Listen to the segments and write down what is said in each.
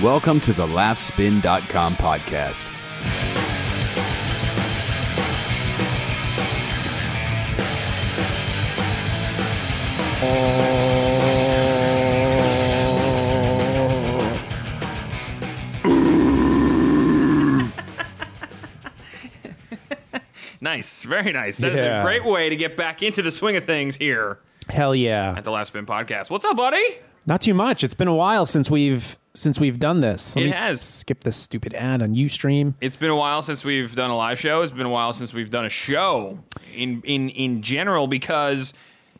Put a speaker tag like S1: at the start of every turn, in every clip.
S1: Welcome to the laughspin.com podcast.
S2: Nice, very nice. That is
S3: Yeah.
S2: a great way to get back into the swing of things here
S3: Hell yeah.
S2: at the Last Spin Podcast. What's up, buddy?
S3: Not too much. It's been a while since we've since we've done this. Let
S2: It
S3: me s-
S2: has.
S3: skip this stupid ad on Ustream.
S2: It's been a while since we've done a live show. It's been a while since we've done a show in in in general because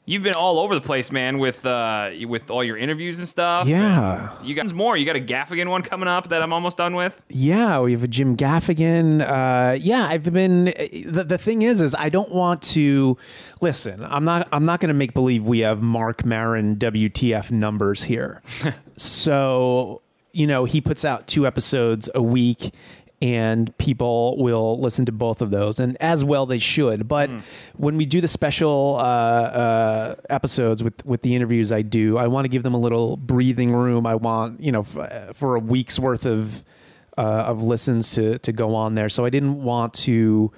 S2: you've been all over the place, man, with uh with all your interviews and stuff.
S3: Yeah.
S2: And you got more. You got a Gaffigan one coming up that I'm almost done with.
S3: Yeah, we have a Jim Gaffigan. Uh, yeah, I've been. The, the thing is, is I don't want to listen. I'm not. I'm not going to make believe we have Mark Marin WTF numbers here. so you know, he puts out two episodes a week, and people will listen to both of those, and as well they should. But when we do the special uh, uh, episodes with with the interviews I do, I want to give them a little breathing room. I want you know f- uh, for a week's worth of uh, of listens to to go on there. So I didn't want to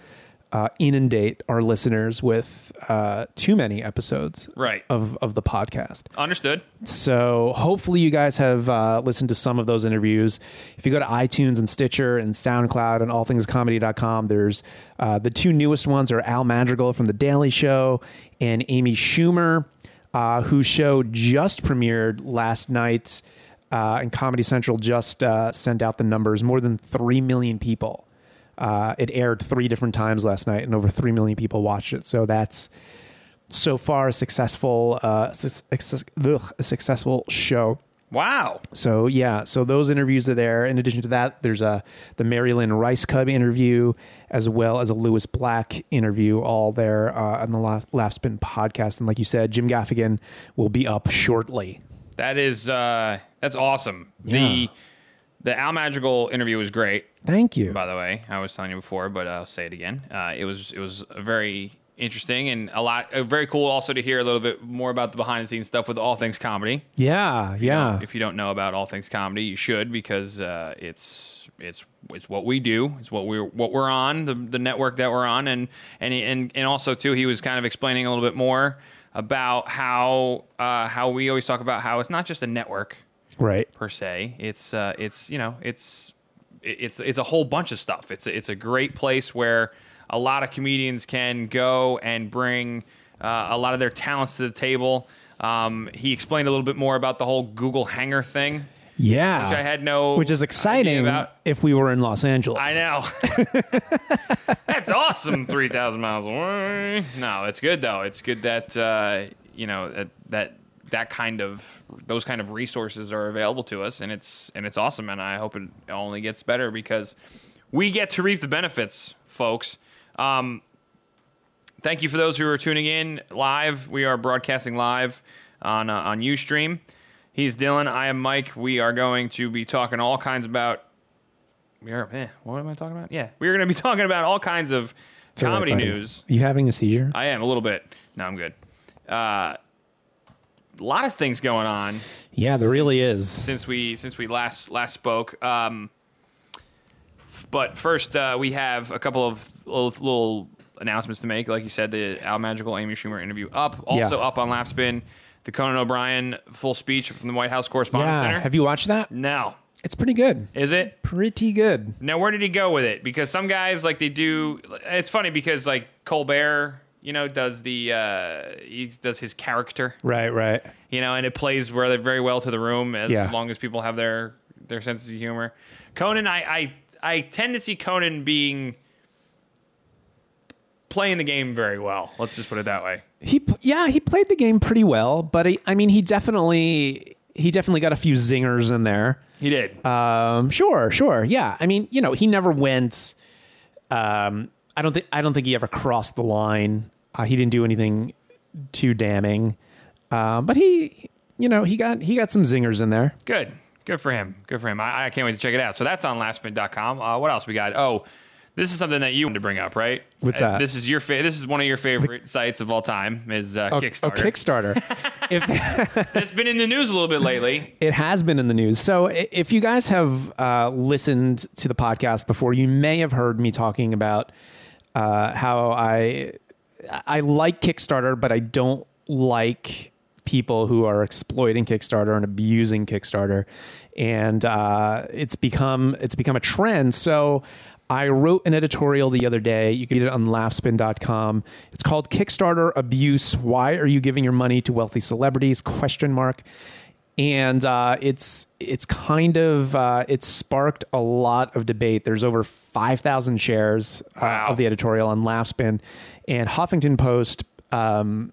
S3: uh, inundate our listeners with uh, too many episodes
S2: Right.
S3: of of the podcast.
S2: Understood.
S3: So hopefully you guys have uh, listened to some of those interviews. If you go to iTunes and Stitcher and SoundCloud and allthingscomedy.com, there's uh, the two newest ones are Al Madrigal from The Daily Show and Amy Schumer, uh, whose show just premiered last night. Uh, and Comedy Central just uh, sent out the numbers. More than 3 million people. Uh, it aired three different times last night, and over 3 million people watched it. So that's so far a successful uh, su- suc- ugh, a successful show.
S2: Wow.
S3: So yeah, so those interviews are there. In addition to that, there's a the Marilyn Rice Cub interview as well as a Lewis Black interview, all there uh, on the La- Laugh Spin podcast. And like you said, Jim Gaffigan will be up shortly.
S2: That is uh that's awesome.
S3: Yeah.
S2: The the Al Magical interview was great.
S3: Thank you.
S2: by the way. I was telling you before, but I'll say it again. Uh, it was it was very interesting and a lot uh, very cool. Also to hear a little bit more about the behind the scenes stuff with all things comedy.
S3: Yeah, yeah,
S2: If you don't know about all things comedy, you should because uh, it's it's it's what we do. It's what we're what we're on the the network that we're on, and and and and also too, he was kind of explaining a little bit more about how uh, how we always talk about how it's not just a network
S3: right.
S2: per se. It's uh, it's you know it's it- it's it's a whole bunch of stuff. It's it's a great place where a lot of comedians can go and bring uh, a lot of their talents to the table. Um, he explained a little bit more about the whole Google Hanger thing,
S3: Yeah,
S2: which I had no
S3: which is
S2: idea
S3: exciting.
S2: about.
S3: If we were in Los Angeles,
S2: I know. That's awesome. Three thousand miles away. No, it's good though. It's good that uh, you know that that that kind of those kind of resources are available to us, and it's and it's awesome. And I hope it only gets better because we get to reap the benefits, folks. Um, thank you for those who are tuning in live. We are broadcasting live on uh, on UStream. He's Dylan. I am Mike. We are going to be talking all kinds about we are. Eh, what am I talking about? Yeah, we are going to be talking about all kinds of
S3: All right,
S2: comedy
S3: buddy.
S2: news. Uh,
S3: You having a seizure?
S2: I am a little bit. No, I'm good. Uh, a lot of things going on
S3: yeah, there really is.
S2: since we since we last last spoke. Um, f- but first, uh, we have a couple of little, little announcements to make. Like you said, the Al Magical Amy Schumer interview up, also
S3: Yeah.
S2: up on Laughspin. The Conan O'Brien full speech from the White House Correspondents'
S3: Yeah,
S2: Dinner.
S3: have you watched that?
S2: no,
S3: It's pretty good.
S2: is it?
S3: Pretty good.
S2: Now, where did he go with it? Because some guys like they do. It's funny because like Colbert, you know, does the uh, he does his character,
S3: Right, right.
S2: you know, and it plays really very well to the room as
S3: Yeah.
S2: long as people have their their senses of humor. Conan, I I I tend to see Conan being playing the game very well. Let's just put it that way.
S3: He p- yeah, he played the game pretty well, but he, I mean, he definitely he definitely got a few zingers in there.
S2: He did.
S3: Um, sure, sure, yeah. I mean, you know, he never went. Um, I don't think I don't think he ever crossed the line. Uh, he didn't do anything too damning, um, but he, you know, he got he got some zingers in there.
S2: Good. Good for him. Good for him. I, I can't wait to check it out. So that's on lastminute.com. Uh, what else we got? Oh, This is something that you wanted to bring up, right?
S3: What's
S2: Uh,
S3: that?
S2: This is your fa- this is one of your favorite sites of all time is uh,
S3: Oh,
S2: Kickstarter.
S3: Oh, Kickstarter. if,
S2: it's been in the news a little bit lately.
S3: it has been in the news. So i- if you guys have uh, listened to the podcast before, you may have heard me talking about uh, how I I like Kickstarter, but I don't like people who are exploiting Kickstarter and abusing Kickstarter, and uh, it's become it's become a trend. So. I wrote an editorial the other day. You can get it on laughspin.com. It's called Kickstarter Abuse. Why are you giving your money to wealthy celebrities? Question mark and uh, it's it's kind of uh, it's sparked a lot of debate. There's over five thousand shares uh, of the editorial on Laughspin, and Huffington Post um,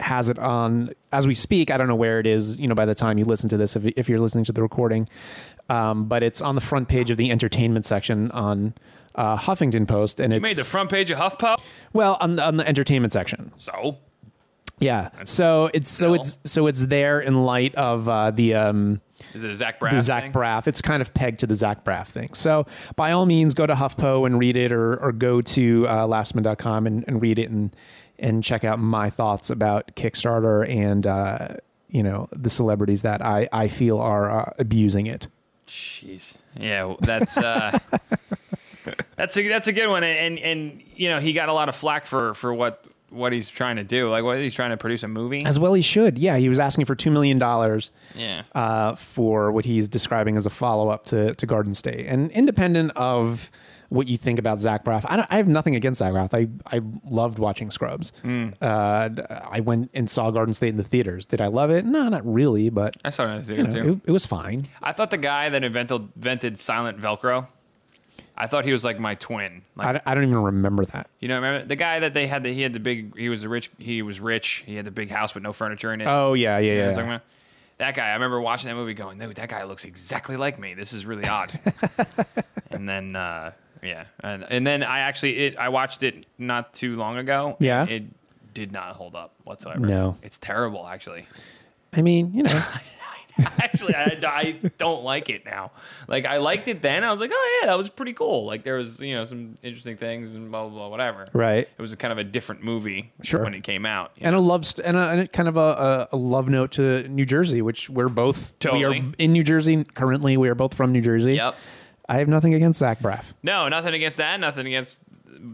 S3: has it on as we speak. I don't know where it is. You know, by the time you listen to this, if if you're listening to the recording, um, but it's on the front page of the entertainment section on uh, Huffington Post, and it's
S2: Made the front page of HuffPo.
S3: well on the, on the entertainment section.
S2: So
S3: Yeah, so it's so
S2: No.
S3: it's so it's there in light of uh, the. Um,
S2: is it a Zach Braff?
S3: the Zach
S2: thing?
S3: Braff. It's kind of pegged to the Zach Braff thing. So by all means, go to HuffPo and read it, or or go to uh, laughsman.com and, and read it and and check out my thoughts about Kickstarter and uh, you know the celebrities that I I feel are uh, abusing it.
S2: Jeez. Yeah, w- that's uh, that's a that's a good one, and, and and you know he got a lot of flack for for what what he's trying to do. Like, what he's trying to produce a movie.
S3: As well, he should. Yeah, he was asking for two million dollars.
S2: Yeah.
S3: uh, for what he's describing as a follow up to, to Garden State. And independent of what you think about Zach Braff, I, don't, I have nothing against Zach Braff. I, I loved watching Scrubs.
S2: Mm.
S3: Uh, d- I went and saw Garden State in the theaters. Did I love it? No, not really, but
S2: I saw it in the theater
S3: you know,
S2: too.
S3: it, it was fine.
S2: I thought the guy that invented invented silent Velcro. I thought he was like my twin. Like
S3: I, don't- I don't even remember that.
S2: you know, remember the guy that they had the he had the big he was a rich he was rich he had the big house with no furniture in it.
S3: Oh, yeah, yeah,
S2: You know what I'm
S3: yeah.
S2: talking about? That guy, I remember watching that movie going, dude, that guy looks exactly like me. This is really odd. and then, uh, yeah. And, and then I actually, it, I watched it not too long ago.
S3: Yeah?
S2: It did not hold up whatsoever.
S3: No.
S2: It's terrible, actually.
S3: I mean, you know,
S2: actually, I, I don't like it now. Like, I liked it then. I was like, oh, yeah, that was pretty cool. Like, there was, you know, some interesting things and blah, blah, blah, whatever.
S3: right.
S2: It was a kind of a different movie
S3: Sure.
S2: when it came out. you
S3: And a love st- and, a, and a kind of a, a, a love note to New Jersey, which we're both we
S2: Totally.
S3: are in New Jersey currently. We are both from New Jersey.
S2: Yep.
S3: I have nothing against Zach Braff.
S2: No, nothing against that. Nothing against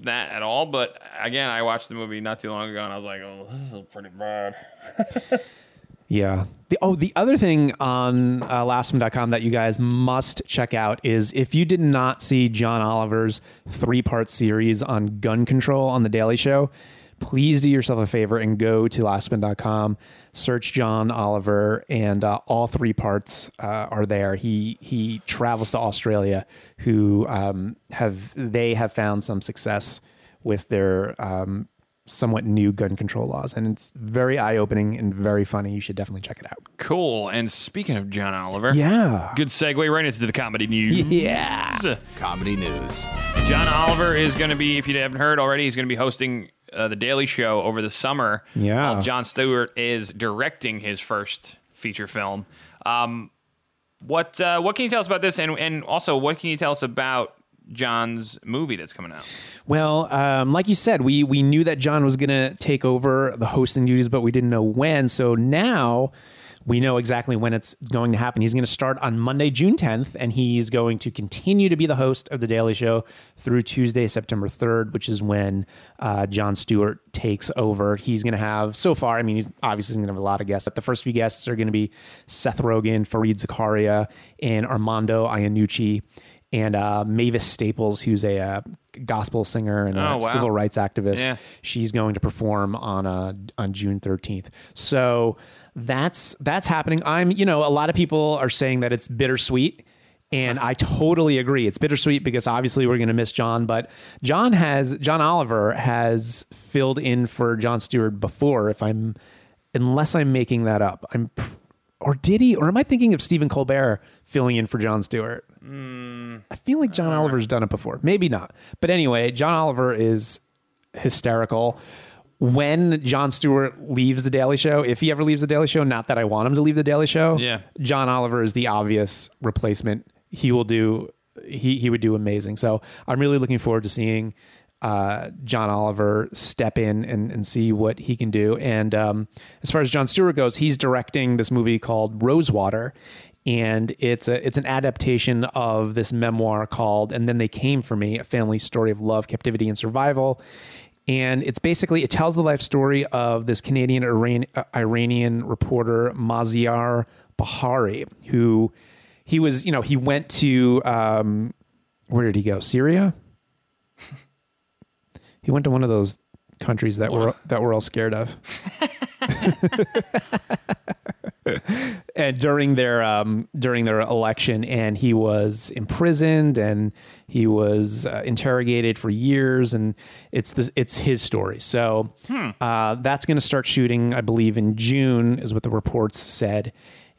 S2: that at all. But again, I watched the movie not too long ago, and I was like, "Oh, this is pretty bad."
S3: Yeah. The, oh, the other thing on uh, laughsome.com that you guys must check out is if you did not see John Oliver's three part series on gun control on The Daily Show, please do yourself a favor and go to laughsome.com, search John Oliver, and uh, all three parts uh, are there. He he travels to Australia, who um, have they have found some success with their um, somewhat new gun control laws. And it's very eye opening and very funny. You should definitely check it out.
S2: Cool. And speaking of John Oliver,
S3: Yeah.
S2: good segue right into the comedy news.
S3: Yeah.
S1: Comedy news.
S2: John Oliver is going to be, if you haven't heard already, he's going to be hosting uh, the Daily Show over the summer.
S3: Yeah.
S2: while John Stewart is directing his first feature film. Um, what uh, what can you tell us about this, and and also what can you tell us about John's movie that's coming out?
S3: Well, um, like you said, we we knew that John was going to take over the hosting duties, but we didn't know when. So now we know exactly when it's going to happen. He's going to start on Monday, June 10th, and he's going to continue to be the host of The Daily Show through Tuesday, September 3rd, which is when uh, John Stewart takes over. He's going to have, so far, I mean, he's obviously going to have a lot of guests, but the first few guests are going to be Seth Rogen, Fareed Zakaria, and Armando Iannucci and uh, Mavis Staples, who's a uh, gospel singer and a
S2: Oh, wow.
S3: civil rights activist.
S2: Yeah.
S3: She's going to perform on uh, on June thirteenth. So that's that's happening. I'm you know a lot of people are saying that it's bittersweet. And I totally agree. It's bittersweet because obviously we're going to miss John, but John has John Oliver has filled in for John Stewart before. If I'm, unless I'm making that up, I'm, pr- or did he? Or am I thinking of Stephen Colbert filling in for John Stewart? I feel like John Oliver's done it before. Maybe not. But anyway, John Oliver is hysterical. When John Stewart leaves The Daily Show, if he ever leaves The Daily Show, not that I want him to leave The Daily Show,
S2: Yeah.
S3: John Oliver is the obvious replacement. He will do he he would do amazing. So I'm really looking forward to seeing uh, John Oliver step in and, and see what he can do. And um, as far as John Stewart goes, he's directing this movie called Rosewater, and it's a it's an adaptation of this memoir called And Then They Came for Me: A Family Story of Love, Captivity, and Survival. And it's basically it tells the life story of this Canadian Iran, uh, Iranian reporter Maziar Bahari, who he was you know he went to um, where did he go Syria he went to one of those countries that we're that we're all scared of. and during their um, during their election, and he was imprisoned and he was uh, interrogated for years, and it's the, it's his story. So uh, that's going to start shooting, I believe, in June, is what the reports said.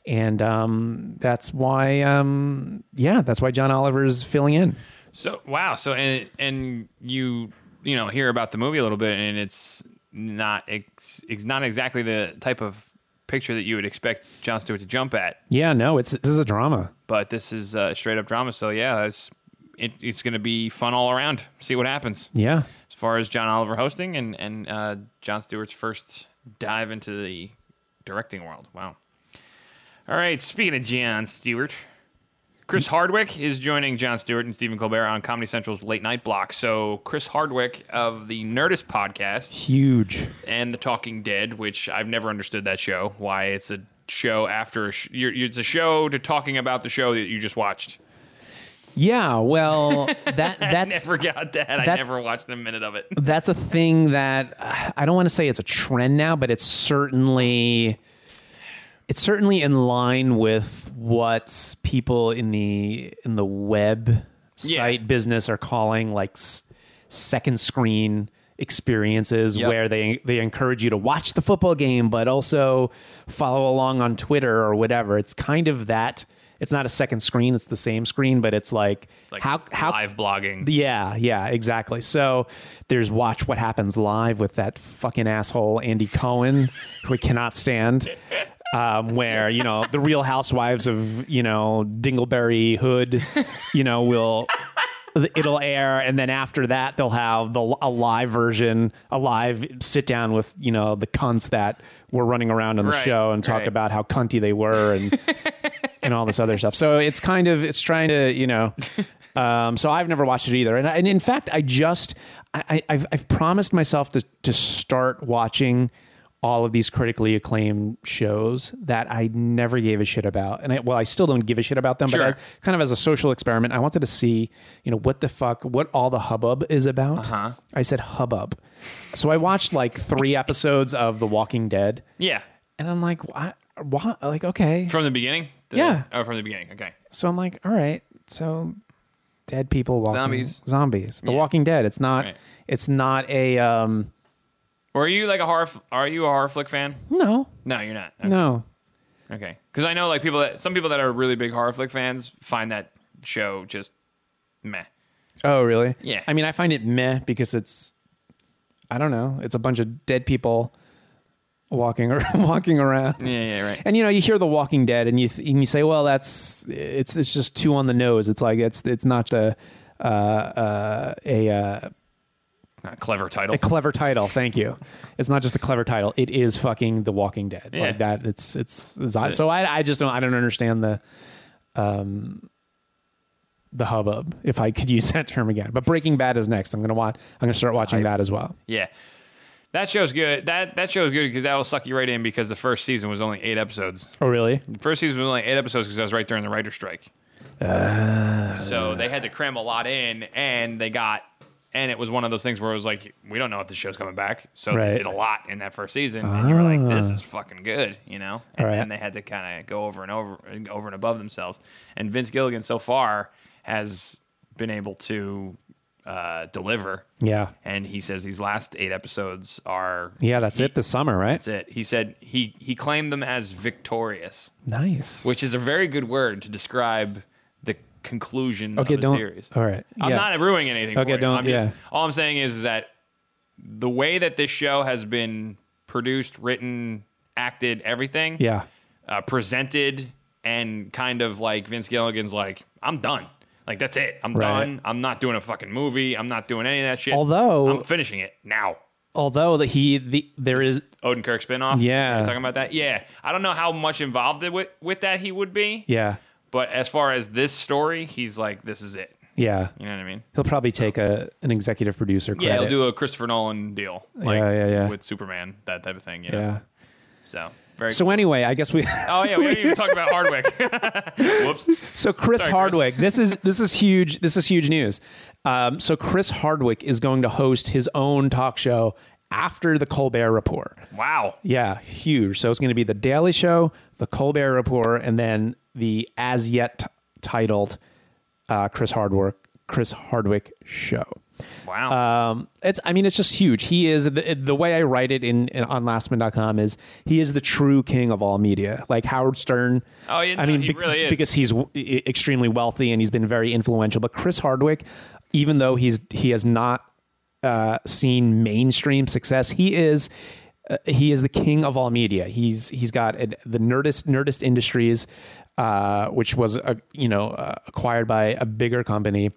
S3: And um, that's why, um, yeah, that's why John Oliver's filling in.
S2: So wow. So and and you you know hear about the movie a little bit, and it's not ex- it's not exactly the type of picture that you would expect John Stewart to jump at.
S3: Yeah, no, it's this is a drama.
S2: But this is uh, straight up drama. So yeah, it's it, it's going to be fun all around. See what happens
S3: Yeah,
S2: as far as John Oliver hosting and and uh, John Stewart's first dive into the directing world. Wow. All right. Speaking of John Stewart, Chris Hardwick is joining John Stewart and Stephen Colbert on Comedy Central's late night block. So Chris Hardwick of the Nerdist podcast
S3: huge.
S2: and The Talking Dead, which I've never understood that show. Why it's a show after a sh- you're, you're- it's a show to talking about the show that you just watched.
S3: Yeah, well, that that's
S2: Never got that. I
S3: that-
S2: never watched a minute of it.
S3: that's a thing that uh, I don't want to say it's a trend now, but it's certainly it's certainly in line with what people in the in the web
S2: Yeah.
S3: site business are calling like s- second screen experiences
S2: Yep.
S3: where they they encourage you to watch the football game but also follow along on Twitter or whatever. It's kind of that it's not a second screen, it's the same screen, but it's like,
S2: Like
S3: how how
S2: live blogging.
S3: yeah, yeah, exactly. So there's watch what happens live with that fucking asshole Andy Cohen, who I cannot stand. Um, where you know the Real Housewives of you know Dingleberry Hood, you know will it'll air, and then after that they'll have the a live version, a live sit down with you know the cunts that were running around on the
S2: Right,
S3: show and talk
S2: right.
S3: about how cunty they were and and all this other stuff. So it's kind of it's trying to you know. Um, so I've never watched it either, and, I, and in fact, I just I, I, I've I've promised myself to to start watching all of these critically acclaimed shows that I never gave a shit about, and I, well, I still don't give a shit about them.
S2: Sure.
S3: But as, kind of as a social experiment, I wanted to see you know what the fuck what all the hubbub is about.
S2: Uh-huh.
S3: I said hubbub, so I watched like three episodes of The Walking Dead,
S2: Yeah.
S3: and I'm like, why? why? Like, okay,
S2: From the beginning? The-
S3: Yeah.
S2: Oh, from the beginning. Okay.
S3: so I'm like, all right, so dead people walking
S2: Zombies.
S3: zombies, The Walking Dead. It's not,
S2: Right.
S3: it's not a um,
S2: Or are you like a horror? f- Are you a horror flick fan?
S3: no,
S2: No, you're not.
S3: no,
S2: Okay. Because I know like people that some people that are really big horror flick fans find that show just meh.
S3: oh really?
S2: Yeah.
S3: I mean, I find it meh because it's, I don't know, it's a bunch of dead people walking or walking around.
S2: Yeah, yeah, right.
S3: And you know, you hear The Walking Dead, and you th- and you say, well, that's it's it's just too on the nose. It's like it's it's not a uh, uh, a uh,
S2: Not clever title.
S3: a clever title. Thank you. It's not just a clever title. It is fucking The Walking Dead.
S2: Yeah.
S3: Like that. It's it's, it's so I I just don't I don't understand the um the hubbub if I could use that term again. But Breaking Bad is next. I'm gonna watch. I'm gonna start watching that as well.
S2: yeah. That show's good. That that show's good because that will suck you right in because the first season was only eight episodes.
S3: Oh really?
S2: The first season was only eight episodes because I was right during the writer's strike.
S3: Uh.
S2: so they had to cram a lot in, and they got, and it was one of those things where it was like, we don't know if the show's coming back. So
S3: Right.
S2: they did a lot in that first season, and you were like, this is fucking good, you know. And
S3: All right.
S2: then they had to kind of go over and over, and over and above themselves. And Vince Gilligan so far has been able to uh, deliver.
S3: Yeah.
S2: And he says these last eight episodes are
S3: Yeah, that's it this summer, right?
S2: that's it. He said he he claimed them as victorious
S3: Nice.
S2: which is a very good word to describe the conclusion
S3: okay,
S2: of a
S3: don't
S2: series.
S3: all right.
S2: I'm
S3: yeah.
S2: not ruining anything.
S3: Okay,
S2: for you.
S3: don't-
S2: I'm just,
S3: yeah.
S2: All I'm saying is that the way that this show has been produced, written, acted, everything,
S3: yeah.
S2: uh, presented, and kind of like Vince Gilligan's like, I'm done. Like that's it. I'm
S3: Right.
S2: done. I'm not doing a fucking movie. I'm not doing any of that shit.
S3: Although-
S2: I'm finishing it now.
S3: Although that he the there is
S2: Odin Kirk spinoff.
S3: Yeah.
S2: You're talking about that. Yeah, I don't know how much involved with with that he would be.
S3: yeah
S2: But as far as this story, he's like, this is it.
S3: yeah
S2: You know what I mean?
S3: he'll probably take a an executive producer credit.
S2: Yeah, he'll do a Christopher Nolan deal. Like,
S3: Yeah, yeah, yeah.
S2: With Superman, that type of thing. Yeah.
S3: yeah.
S2: So very.
S3: So anyway, I guess we.
S2: oh yeah, we didn't even talk about Hardwick. Whoops.
S3: So Chris
S2: Sorry, Chris.
S3: Hardwick, this is this is huge. This is huge news. Um, so Chris Hardwick is going to host his own talk show after the Colbert Report.
S2: Wow.
S3: Yeah, huge. So it's going to be the Daily Show, the Colbert Report, and then the as yet t- titled uh, Chris Hardwick Chris Hardwick Show.
S2: Wow.
S3: Um, it's I mean it's just huge. He is the, the way I write it in, in on lastman.com is he is the true king of all media. Like Howard Stern.
S2: Oh, yeah,
S3: I
S2: no,
S3: mean
S2: he
S3: bec-
S2: really is.
S3: because he's w- e- extremely wealthy and he's been very influential. But Chris Hardwick, even though he's he has not uh, seen mainstream success, he is. Uh, he is the king of all media. He's he's got an, the Nerdist Nerdist Industries, uh, which was uh, you know uh, acquired by a bigger company,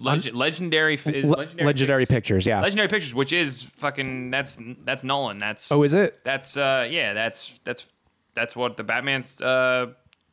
S2: Leg- legendary. f- Is
S3: Le-
S2: legendary.
S3: Legendary Pictures. Yeah,
S2: Legendary Pictures, which is fucking that's that's Nolan. That's
S3: Oh, is it?
S2: That's uh yeah, that's that's that's what the Batman's uh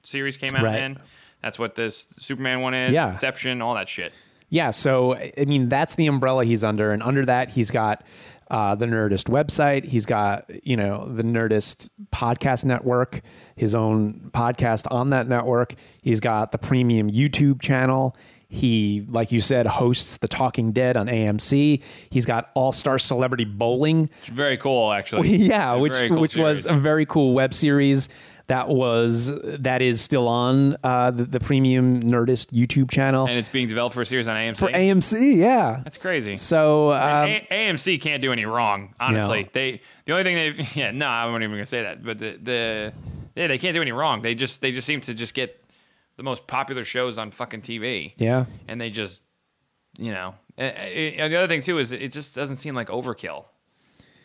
S2: series came out
S3: Right.
S2: in. That's what this Superman one is.
S3: Yeah.
S2: Inception, all that shit.
S3: Yeah, so I I mean that's the umbrella he's under, and under that he's got uh, the Nerdist website. He's got you know the Nerdist podcast network, his own podcast on that network. He's got the premium YouTube channel. He, like you said, hosts The Talking Dead on AMC. He's got All Star Celebrity Bowling.
S2: It's very cool actually.
S3: yeah,
S2: It's a
S3: which
S2: very cool
S3: which was
S2: series.
S3: a very cool web series that was that is still on uh, the, the premium Nerdist YouTube channel.
S2: and it's being developed for a series on AMC.
S3: for AMC, yeah.
S2: that's crazy.
S3: So um,
S2: a- AMC can't do any wrong, honestly.
S3: No.
S2: They the only thing they yeah no I wasn't even gonna say that, but the the yeah they can't do any wrong. They just they just seem to just get the most popular shows on fucking TV.
S3: yeah,
S2: and they just you know and, and the other thing too is it just doesn't seem like overkill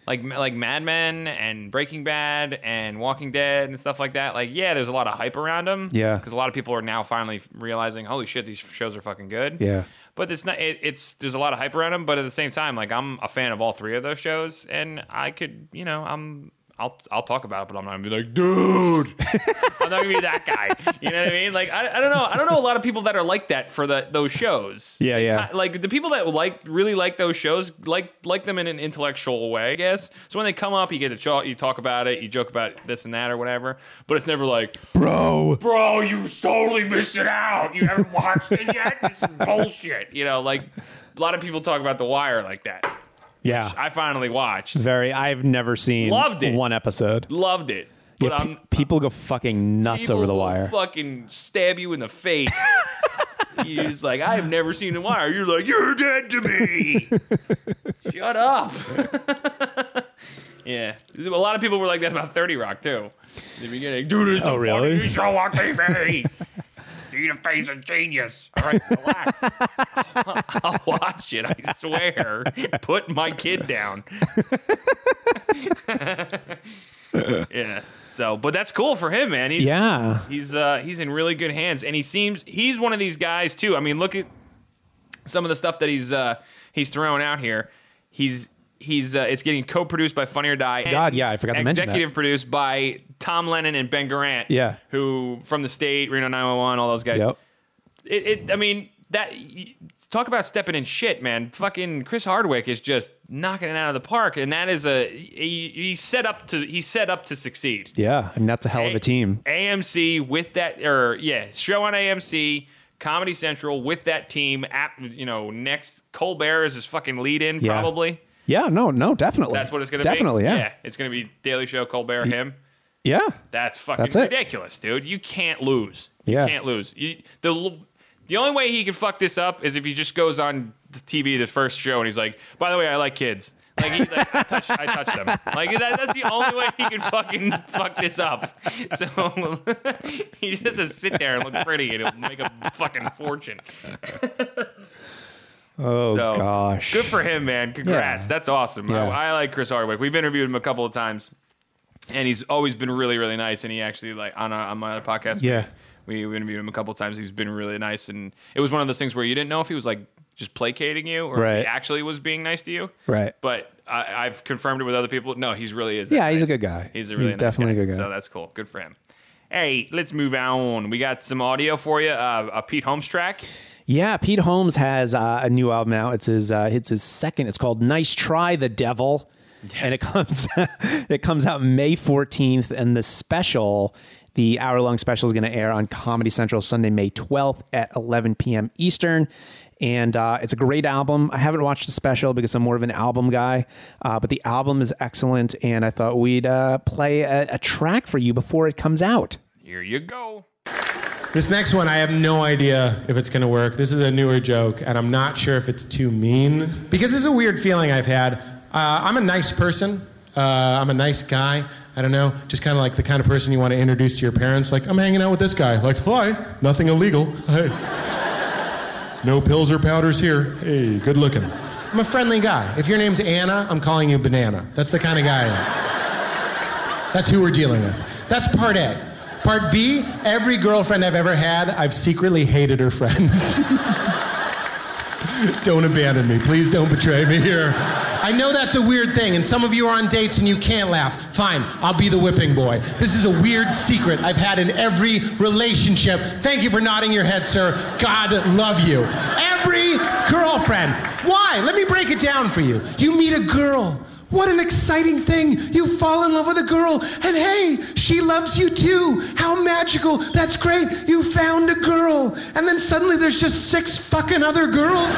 S2: like like mad men and breaking bad and walking dead and stuff like that like yeah there's a lot of hype around them
S3: Yeah.
S2: because a lot of people are now finally realizing holy shit these shows are fucking good
S3: Yeah.
S2: but it's not it, it's there's a lot of hype around them but at the same time like i'm a fan of all three of those shows and i could you know i'm I'll, I'll talk about it, but I'm not gonna be like, dude. I'm not gonna be that guy. You know what I mean? Like, I, I don't know. I don't know a lot of people that are like that for the those shows.
S3: Yeah,
S2: They
S3: yeah.
S2: ki- like the people that like really like those shows, like like them in an intellectual way, I guess. So when they come up, you get to talk, you talk about it, you joke about this and that or whatever. But it's never like,
S3: bro.
S2: bro, you totally missed it out. You haven't watched it yet. This is bullshit. You know, like a lot of people talk about The Wire like that.
S3: Yeah,
S2: I finally watched,
S3: very. I've never seen
S2: Loved it.
S3: one episode.
S2: loved it, but
S3: Yeah, pe-
S2: I'm
S3: people go fucking nuts
S2: people
S3: over the
S2: will
S3: wire.
S2: Fucking stab you in the face. You're just like, I've never seen The Wire. You're like, you're dead to me. Shut up. yeah, a lot of people were like that about Thirty Rock too. In the beginning, dude, this is
S3: Oh,
S2: the
S3: really?
S2: funniest show on TV. You're the face of genius. All right, relax. I'll watch it. I swear. Put my kid down. yeah. So, but that's cool for him, man. He's,
S3: Yeah.
S2: He's uh he's in really good hands, and he seems he's one of these guys too. I mean, look at some of the stuff that he's uh he's throwing out here. He's he's uh, it's getting co-produced by Funny or Die. and
S3: God, yeah, I forgot to mention that.
S2: Executive produced by Tom Lennon and Ben Garant.
S3: Yeah.
S2: Who from the state, Reno 911, all those guys
S3: Yep.
S2: it, it I mean that y- talk about stepping in shit, man. Fucking Chris Hardwick is just knocking it out of the park, and that is a he, he's set up to he's set up to succeed.
S3: Yeah, I mean that's a hell of a team.
S2: AMC with that or yeah, show on AMC. Comedy Central with that team, at, you know, next Colbert is his fucking lead in,
S3: Yeah.
S2: probably.
S3: Yeah, no, no, definitely.
S2: That's what it's gonna
S3: definitely,
S2: be.
S3: yeah,
S2: yeah, it's gonna be Daily Show, Colbert, him.
S3: yeah,
S2: That's fucking
S3: That's it.
S2: ridiculous, dude. You can't lose.
S3: Yeah.
S2: You can't lose. You, the l- the only way he could fuck this up is if he just goes on the TV the first show and he's like, "By the way, I like kids." Like, he, like I touched I touched them. Like that, that's the only way he could fucking fuck this up. So he just has to sit there and look pretty and he'll make a fucking fortune.
S3: Oh
S2: So
S3: gosh,
S2: good for him, man. Congrats.
S3: Yeah.
S2: That's awesome.
S3: Yeah.
S2: I, I like Chris Hardwick. We've interviewed him a couple of times, and he's always been really, really nice. And he actually like on a, on my other podcast.
S3: Yeah.
S2: We interviewed him a couple times. He's been really nice, and it was one of those things where you didn't know if he was like just placating you or if
S3: Right.
S2: he actually was being nice to you.
S3: Right.
S2: But I, I've confirmed it with other people. No, he's really is. that
S3: Yeah, he's
S2: nice.
S3: a good guy.
S2: He's a really
S3: He's
S2: nice
S3: definitely a good guy.
S2: So that's cool. Good for him. Hey, let's move on. We got some audio for you. Uh, a Pete Holmes track.
S3: Yeah, Pete Holmes has uh, a new album out. It's his uh, it's his second. It's called "Nice Try, the Devil," and it comes it comes out May fourteenth. And the special, the hour long special, is going to air on Comedy Central Sunday, May twelfth at eleven p.m. Eastern. And uh, it's a great album. I haven't watched the special because I'm more of an album guy, uh, but the album is excellent. And I thought we'd uh, play a, a track for you before it comes out.
S2: Here you go.
S4: This next one, I have no idea if it's going to work. This is a newer joke, and I'm not sure if it's too mean because this is a weird feeling I've had. Uh, I'm a nice person. Uh, I'm a nice guy. I don't know, just kind of like the kind of person you want to introduce to your parents. Like, I'm hanging out with this guy. Like, hi, nothing illegal. Hey. No pills or powders here. Hey, good looking. I'm a friendly guy. If your name's Anna, I'm calling you Banana. That's the kind of guy I am. That's who we're dealing with. That's part A. Part B, every girlfriend I've ever had, I've secretly hated her friends. don't abandon me. Please don't betray me here. I know that's a weird thing, and some of you are on dates and you can't laugh. Fine, I'll be the whipping boy. This is a weird secret I've had in every relationship. Thank you for nodding your head, sir. God love you. Every girlfriend. Why? Let me break it down for you. You meet a girl. What an exciting thing! You fall in love with a girl, and hey, she loves you too! How magical! That's great! You found a girl! And then suddenly there's just six fucking other girls!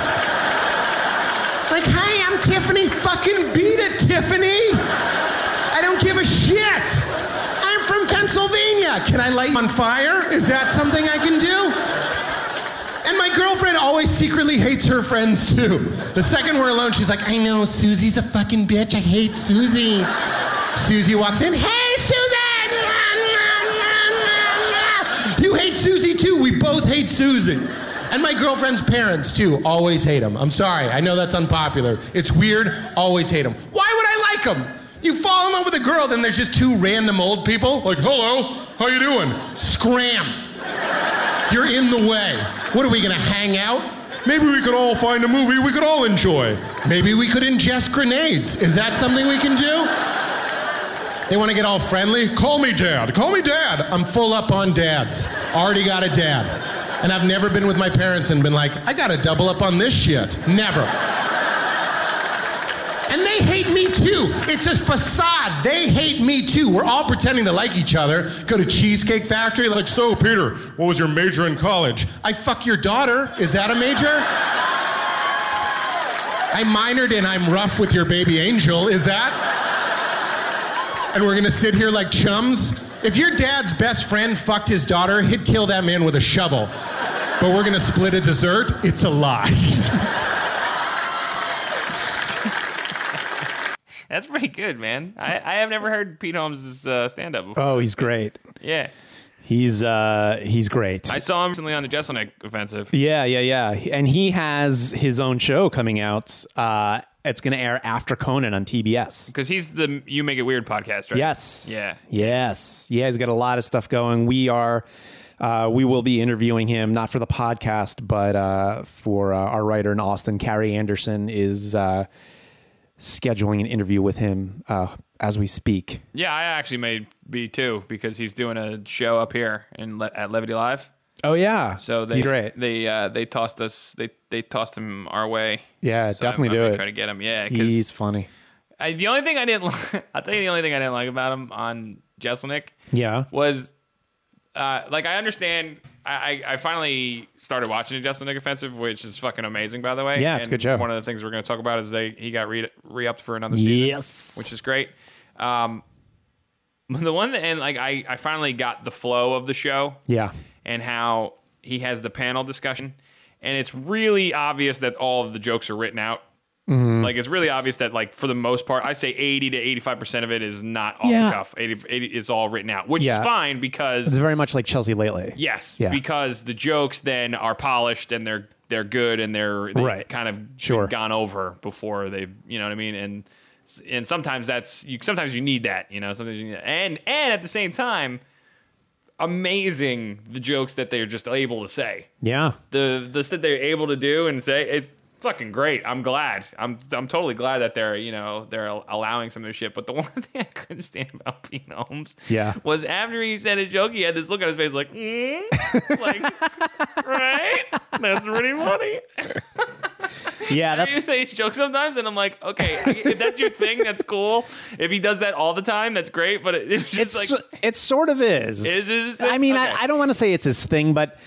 S4: like, hey, I'm Tiffany! Fucking beat it, Tiffany! I don't give a shit! I'm from Pennsylvania! Can I light on fire? Is that something I can do? And my girlfriend always secretly hates her friends too. The second we're alone, she's like, I know, Susie's a fucking bitch. I hate Susie. Susie walks in, hey, Susan! Mwah, mwah, mwah, mwah, mwah." You hate Susie too. We both hate Susan. And my girlfriend's parents too always hate him. I'm sorry. I know that's unpopular. It's weird. Always hate him. Why would I like him? You fall in love with a girl, then there's just two random old people. Like, hello, how you doing? Scram. You're in the way. What are we gonna hang out? Maybe we could all find a movie we could all enjoy. Maybe we could ingest grenades. Is that something we can do? They want to get all friendly? Call me dad. Call me dad. I'm full up on dads. Already got a dad. And I've never been with my parents and been like, I gotta double up on this shit. Never. And they hate me too. It's a facade. They hate me too. We're all pretending to like each other. Go to Cheesecake Factory, like, so, Peter, what was your major in college? I fuck your daughter. Is that a major? I minored in I'm rough with your baby angel. Is that? And we're gonna sit here like chums? If your dad's best friend fucked his daughter, he'd kill that man with a shovel. But we're gonna split a dessert? It's a lie.
S2: That's pretty good, man. I, I have never heard Pete Holmes' uh, stand up before.
S3: Oh, he's great.
S2: Yeah.
S3: He's uh, he's great.
S2: I saw him recently on the Jesselnick Offensive.
S3: Yeah, yeah, yeah. And he has his own show coming out. Uh, it's going to air after Conan on TBS.
S2: Because he's the You Make It Weird podcast, right?
S3: Yes.
S2: Yeah.
S3: Yes. Yeah, he's got a lot of stuff going. We are. Uh, we will be interviewing him, not for the podcast, but uh, for uh, our writer in Austin, Carrie Anderson, is uh, scheduling an interview with him uh, as we speak.
S2: Yeah, I actually may be too because he's doing a show up here in Le- at Levity Live.
S3: Oh yeah,
S2: So they
S3: he's great.
S2: they uh, they tossed us they they tossed him our way.
S3: Yeah,
S2: So
S3: definitely do
S2: I'm- I'm gonna
S3: it.
S2: Try to get him. Yeah,
S3: He's
S2: because
S3: funny.
S2: the only thing I didn't li- I think the only thing I didn't like about him on Jesselnick
S3: Yeah.
S2: was uh, like I understand. I, I I finally started watching the Jesselnick Offensive, which is fucking amazing, by the way.
S3: Yeah, it's a
S2: And
S3: good show.
S2: One of the things we're going to talk about is they he got re re upped for another season
S3: Yes.
S2: which is great. Um, the one that, and like I, I finally got the flow of the show
S3: yeah.
S2: and how he has the panel discussion, and it's really obvious that all of the jokes are written out.
S3: Mm-hmm.
S2: Like it's really obvious that like for the most part, I say eighty to eighty five percent of it is not off
S3: Yeah.
S2: the cuff. 80, 80 is all written out, which
S3: Yeah.
S2: is fine because
S3: It's very much like Chelsea lately.
S2: Yes,
S3: Yeah.
S2: because the jokes then are polished and they're they're good and they're they've
S3: Right.
S2: kind of
S3: Sure.
S2: been gone over before they you know what I mean and and sometimes that's you sometimes you need that you know sometimes you need that. and and at the same time amazing the jokes that they're just able to say.
S3: Yeah.
S2: The the that they're able to do and say it's fucking great. I'm glad. I'm I'm totally glad that they're you know they're allowing some of this shit. But the one thing I couldn't stand about Pete Holmes,
S3: Yeah.
S2: was after he said his joke, he had this look on his face like, mm? like right? That's pretty funny.
S3: Yeah,
S2: you
S3: that's
S2: say his joke sometimes, and I'm like, okay, if that's your thing, that's cool. If he does that all the time, that's great. But it, it's
S3: it's
S2: just like.
S3: it sort of is.
S2: Is it his thing?
S3: I mean,
S2: Okay.
S3: I, I don't want to say it's his thing, but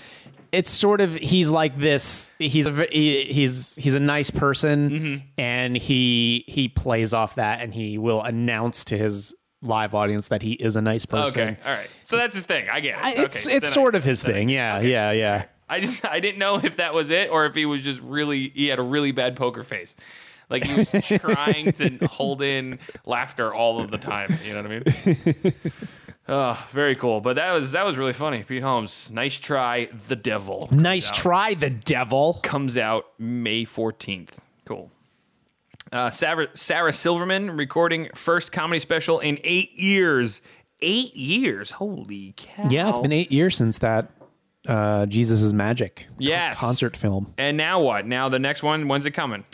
S3: it's sort of he's like this. He's a, v- he, he's he's a nice person,
S2: Mm-hmm.
S3: and he he plays off that, and he will announce to his live audience that he is a nice person.
S2: Okay, all right. So that's his thing. I get it.
S3: I, it's
S2: Okay,
S3: it's
S2: then I-
S3: sort of his thing. Yeah, yeah, yeah.
S2: I just I didn't know if that was it or if he was just really he had a really bad poker face. Like he was trying to hold in laughter all of the time. You know what I mean? Oh, very cool. But that was that was really funny. Pete Holmes, nice try. The devil. comes
S3: Nice
S2: out-
S3: try, the devil.
S2: comes out May fourteenth. Cool. Uh, Sarah, Sarah Silverman recording first comedy special in eight years. Eight years. Holy cow!
S3: Yeah, it's been eight years since that uh, Jesus is Magic con-
S2: Yes.
S3: concert film.
S2: And now what? Now the next one. When's it coming?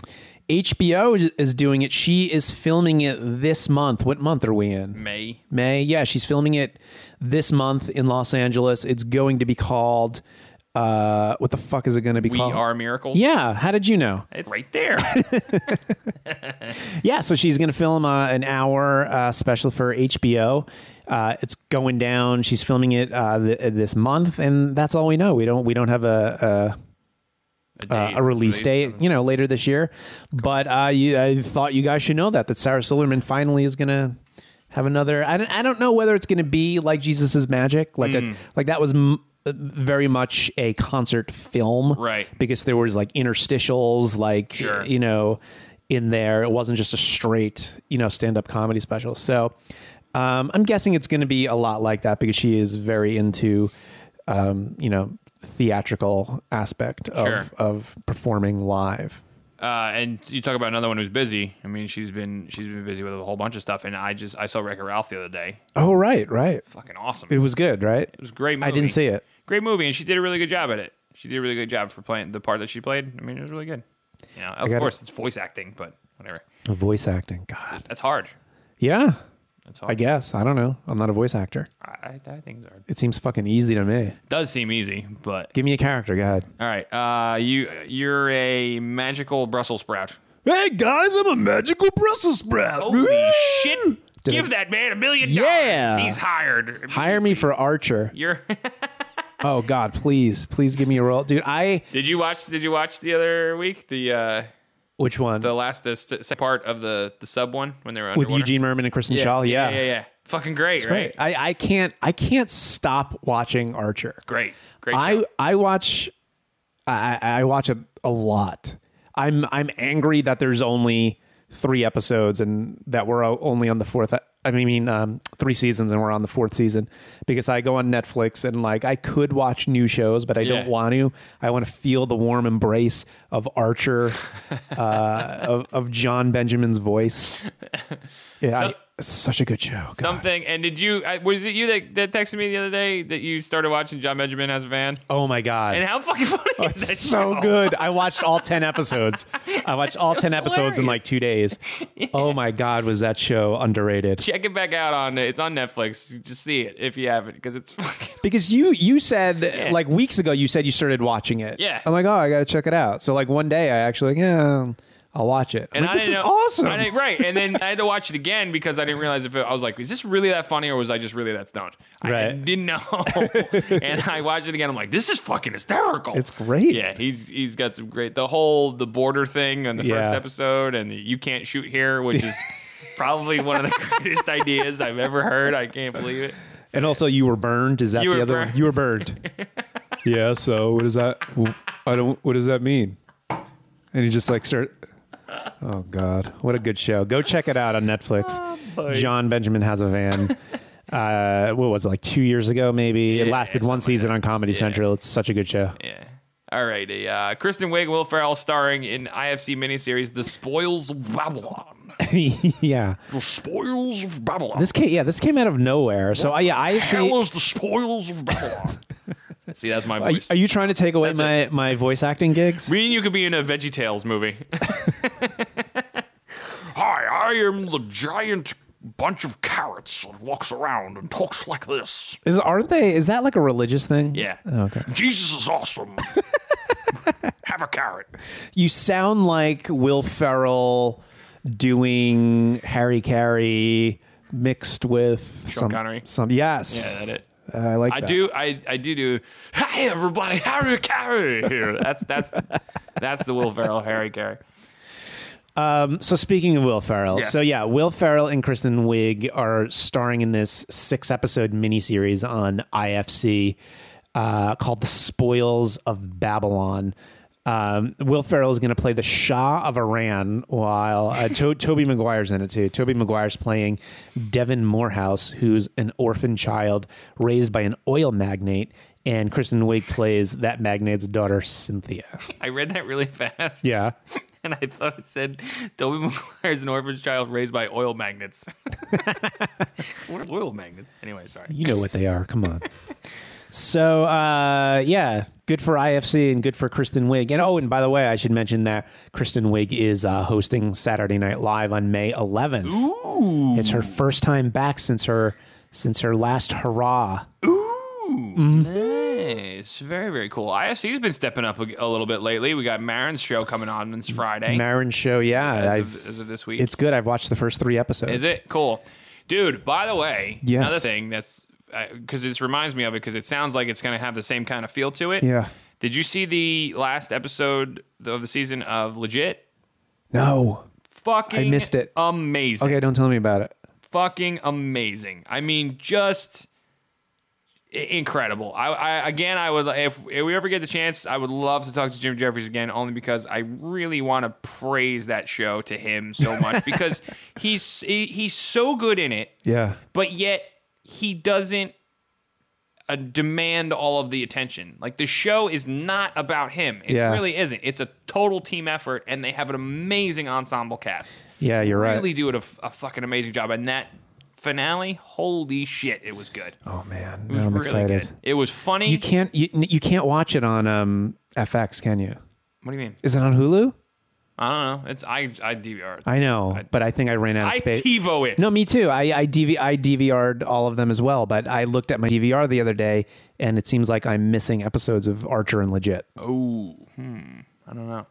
S3: HBO is- is doing it. She is filming it this month. What month are we in?
S2: May.
S3: May. Yeah, she's filming it this month in Los Angeles. It's going to be called. Uh, what the fuck is it going to be
S2: We
S3: called?
S2: are miracles.
S3: Yeah. Uh, How did you know?
S2: It's right there.
S3: Yeah. So she's going to film uh, an hour uh, special for HBO. Uh, it's going down. She's filming it uh, th- this month, and that's all we know. We don't. We don't have a. a uh, a release date, you know, later this year. But uh, you, I thought you guys should know that that Sarah Silverman finally is gonna have another. I don't, I don't know whether it's gonna be like Jesus is Magic, like a like that was. M- very much a concert film
S2: Right.
S3: because there was like interstitials like
S2: Sure.
S3: you know in there it wasn't just a straight you know stand-up comedy special so um, i'm guessing it's going to be a lot like that because she is very into um, you know theatrical aspect of
S2: Sure.
S3: of performing live
S2: Uh, and you talk about another one who's busy. I mean, she's been she's been busy with a whole bunch of stuff. And I just I saw Wreck-It Ralph the other day.
S3: oh right right
S2: Fucking awesome.
S3: it
S2: It
S3: was good right
S2: was a great. Movie.
S3: i didn't see it
S2: Great movie, and she did a really good job at it. She did a really good job for playing the part that she played. I mean, it was really good. You know, of
S3: gotta-
S2: course, it's voice acting, but whatever.
S3: a voice acting god
S2: That's hard.
S3: yeah
S2: That's
S3: i
S2: hard.
S3: guess i don't know i'm not a voice actor
S2: I, I, I think it's hard.
S3: it seems fucking easy to me
S2: Does seem easy, but
S3: give me a character go ahead
S2: all right. Uh, you you're a magical Brussels sprout.
S3: hey guys i'm a magical brussels sprout
S2: Holy shit!
S3: Did
S2: Give
S3: I-
S2: that man a million dollars.
S3: Yeah.
S2: he's hired.
S3: hire me for archer
S2: You're.
S3: Oh God, please, please give me a roll, dude. I
S2: did you watch? Did you watch the other week the uh
S3: which one
S2: the last the s- part of the the sub one when they were
S3: with
S2: underwater?
S3: Eugene Merman and Kristen
S2: Yeah,
S3: Shaw? Yeah,
S2: yeah, yeah, yeah. Fucking great,
S3: great.
S2: right?
S3: I, I can't I can't stop watching Archer.
S2: Great, great.
S3: I
S2: show.
S3: I watch I I I watch it a lot. I'm I'm angry that there's only three episodes and that we're o- only on the fourth. I mean, um, three seasons and we're on the fourth season because I go on Netflix and like I could watch new shows, but I don't
S2: Yeah.
S3: want to. I want to feel the warm embrace of Archer, uh, of, of John Benjamin's voice. Yeah, I-
S2: So-
S3: it's such a good show. God.
S2: Something. And did you? I, was it you that, that texted me the other day that you started watching John Benjamin has a van?
S3: oh my god!
S2: And how fucking funny is that
S3: Oh, It's so
S2: show?
S3: good. I watched all 10 episodes. I watched all 10 episodes in like two days. Oh my God, was that show underrated?
S2: Check it back out on it's on Netflix. Just see it if you haven't because it's fucking.
S3: Because you you said like weeks ago you said you started watching it.
S2: Yeah.
S3: I'm like, oh, I gotta check it out. So like one day I actually yeah, I'll watch it. I'm
S2: And
S3: like,
S2: I
S3: this is
S2: didn't know,
S3: awesome.
S2: I didn't- right, and then I had to watch it again because I didn't realize if it, I was like, "Is this really that funny, or was I just really that stoned?" I
S3: Right.
S2: didn't know. and I watched it again. I'm like, "This is fucking hysterical."
S3: It's great.
S2: Yeah, he's he's got some great the whole the border thing on the first
S3: Yeah.
S2: episode, and the, you can't shoot here, which is probably one of the greatest ideas I've ever heard. I can't believe it.
S3: and also you were burned. Is that
S2: You
S3: the
S2: were
S3: other
S2: burned.
S3: one? You were burned. yeah, so what does that I don't what does that mean? And you just like start Oh God. What a good show. Go check it out on Netflix.
S2: Oh,
S3: John Benjamin has a van. Uh, what was it like two years ago? Maybe it
S2: Yeah,
S3: lasted
S2: something
S3: one
S2: like
S3: season on Comedy Central. It's such a good show.
S2: Yeah. All righty. Uh, Kristen Wiig, Will Ferrell, starring in IFC miniseries The Spoils of Babylon.
S3: yeah.
S2: The spoils of Babylon.
S3: This came yeah, this came out of nowhere. So I yeah, I actually
S2: Hell is the spoils of Babylon. See, that's my
S3: are, you-
S2: voice.
S3: are you trying to take away my,
S2: That's
S3: my voice acting gigs?
S2: Me and you could be in a Veggie Tales movie. Hi, I am the giant bunch of carrots that walks around and talks like this.
S3: Is aren't they is that like a religious thing?
S2: Yeah.
S3: Oh, Okay.
S2: Jesus is awesome. Have a carrot.
S3: You sound like Will Ferrell doing Harry Carey mixed with some
S2: Connery?
S3: Some yes.
S2: Yeah, that it.
S3: Uh, I like
S2: I
S3: that.
S2: do. I, I do do. Hi everybody, Harry Carey here. That's that's that's the Will Ferrell Harry Carey.
S3: So speaking of Will Ferrell,
S2: Yeah.
S3: so yeah, Will Ferrell and Kristen Wiig are starring in this six-episode miniseries on IFC uh, called "The Spoils of Babylon." Um, Will Ferrell is going to play the Shah of Iran, while uh, to- Toby Maguire's in it too. Toby Maguire's playing Devin Morehouse, who's an orphan child raised by an oil magnate, and Kristen Wiig plays that magnate's daughter, Cynthia.
S2: I read that really fast.
S3: Yeah.
S2: And I thought it said Toby McGuire's an orphan child raised by oil magnets. what are oil magnets? Anyway, sorry.
S3: You know what they are. Come on. So uh, yeah, good for IFC and good for Kristen Wiig. And oh, and by the way, I should mention that Kristen Wiig is uh, hosting Saturday Night Live on May 11th.
S2: Ooh.
S3: It's her first time back since her since her last hurrah.
S2: Nice. Very, very cool. IFC's been stepping up a, a little bit lately. We got Marin's show coming on this Friday.
S3: Mm, Marin show, yeah,
S2: as,
S3: I've,
S2: of, as of this week.
S3: it's good. I've watched the first three episodes.
S2: Is it cool, dude? By the way,
S3: Yes.
S2: another thing that's because this reminds me of it because it sounds like it's going to have the same kind of feel to it.
S3: Yeah.
S2: Did you see the last episode of the season of Legit?
S3: No.
S2: Fucking
S3: I missed it.
S2: Amazing.
S3: Okay, don't tell me about it.
S2: Fucking amazing. I mean, just i- incredible. I, I again, I would if, if we ever get the chance, I would love to talk to Jim Jeffries again, only because I really want to praise that show to him so much because he's he, he's so good in it
S3: Yeah.
S2: but yet he doesn't uh, demand all of the attention. Like the show is not about him. It
S3: Yeah.
S2: really isn't. It's a total team effort, and they have an amazing ensemble cast.
S3: Yeah, you're right.
S2: Really do it a, f- a fucking amazing job. And that finale, holy shit, it was good.
S3: oh man,
S2: It was
S3: now I'm
S2: really
S3: excited.
S2: good. It was funny.
S3: You can't you, you can't watch it on um, FX, can you?
S2: what do you mean?
S3: Is it on Hulu?
S2: I don't know. It's I I DVR.
S3: I know, but I think I ran out of
S2: I
S3: space.
S2: TiVo it.
S3: no, me too. I I, DV, I DVR'd all of them as well, but I looked at my DVR the other day, and it seems like I'm missing episodes of Archer and Legit.
S2: Oh, hmm. I don't know.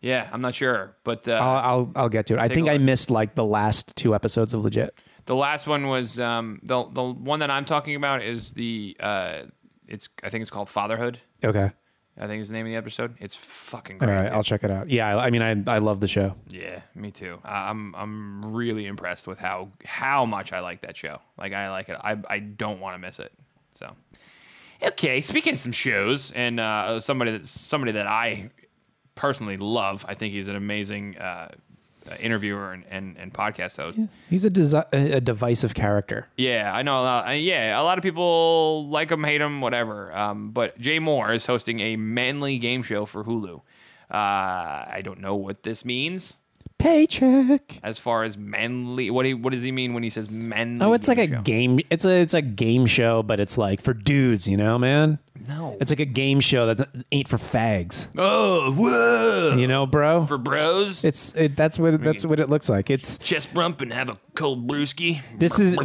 S2: Yeah, I'm not sure, but uh,
S3: I'll, I'll I'll get to it. I think
S2: a
S3: I
S2: look.
S3: missed like the last two episodes of Legit.
S2: The last one was um, the the one that I'm talking about is the uh, it's I think it's called Fatherhood.
S3: Okay,
S2: I think is the name of the episode. It's fucking
S3: all
S2: great.
S3: right, I'll check it out. Yeah, I, I mean, I I love the show.
S2: Yeah, me too. I- I'm I'm really impressed with how how much I like that show. Like I like it. I I don't want to miss it. So okay, speaking of some shows and uh, somebody that somebody that I personally love. I think he's an amazing uh, interviewer and, and, and podcast host.
S3: He's a desi- a a divisive character.
S2: Yeah, I know. A lot, uh, yeah, a lot of people like him, hate him, whatever. Um, but Jay Moore is hosting a manly game show for Hulu. Uh, I don't know what this means
S3: Paycheck.
S2: as far as manly. What he, what does he mean when he says manly?
S3: Oh, it's like a
S2: show?
S3: game. It's a it's a game show, but it's like for dudes, you know, man.
S2: no.
S3: It's like a game show that ain't for fags,
S2: oh, whoa!
S3: you know, bro.
S2: for bros,
S3: It's it, that's what that's what it looks like. It's
S2: chest rump and have a cold brewski.
S3: This is-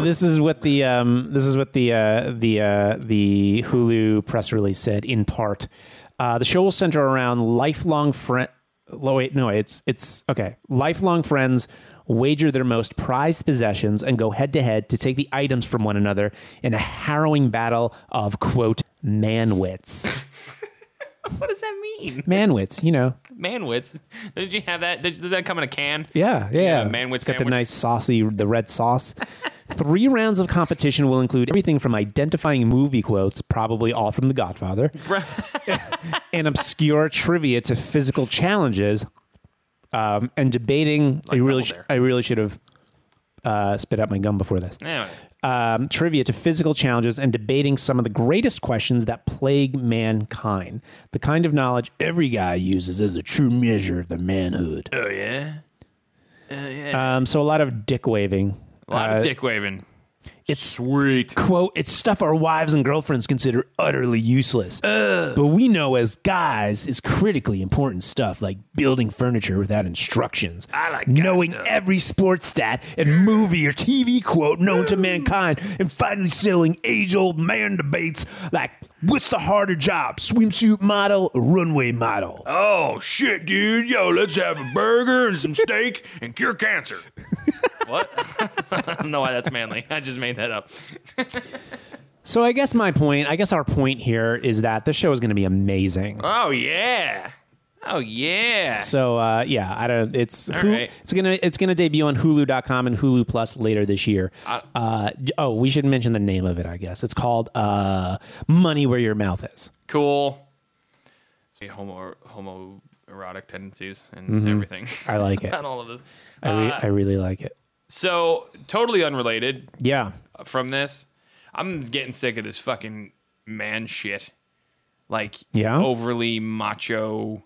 S3: this is what the um this is what the uh the uh the Hulu press release said in part. Uh, the show will center around lifelong friend. Oh, wait, no, it's it's okay. Lifelong friends wager their most prized possessions and go head to head to take the items from one another in a harrowing battle of quote man wits.
S2: what does that mean?
S3: Man wits, you know.
S2: Manwits? Did you have that? Did, does that come in a can?
S3: Yeah, yeah.
S2: Yeah, man with
S3: it's got the
S2: sandwich.
S3: nice saucy, the red sauce. Three rounds of competition will include everything from identifying movie quotes, probably all from The Godfather, and obscure trivia to physical challenges, um, and debating. I really,
S2: Double
S3: sh-
S2: Dare.
S3: I really should have uh, spit out my gum before this
S2: Anyway,
S3: um, trivia to physical challenges and debating some of the greatest questions that plague mankind. The kind of knowledge every guy uses as a true measure of their manhood.
S2: oh yeah.
S3: Um, so a lot of dick waving.
S2: A lot
S3: Uh,
S2: of dick waving.
S3: It's
S2: Sweet.
S3: quote, it's stuff our wives and girlfriends consider utterly useless. But we know as guys is critically important stuff like building furniture without instructions. I
S2: like guy
S3: knowing
S2: stuff.
S3: every sports stat and movie or TV quote known to mankind and finally settling age-old man debates like what's the harder job, swimsuit model or runway model?
S2: Oh shit, dude! Yo, let's have a burger and some steak and cure cancer. what? I don't know why that's manly. I just made that up.
S3: So I guess my point, I guess our point here is that the show is going to be amazing.
S2: Oh yeah. Oh yeah.
S3: So uh, yeah, I don't. It's
S2: All
S3: Hulu-
S2: right.
S3: it's gonna it's gonna debut on Hulu.com and Hulu Plus later this year.
S2: I-
S3: uh, d- oh, we should mention the name of it. I guess it's called uh, Money Where Your Mouth Is.
S2: cool. See homo homoerotic tendencies and
S3: Mm-hmm.
S2: everything.
S3: I like it.
S2: About all of this.
S3: I, re-
S2: Uh,
S3: I really like it.
S2: so totally unrelated
S3: Yeah,
S2: from this. I'm getting sick of this fucking man shit. Like
S3: Yeah?
S2: overly macho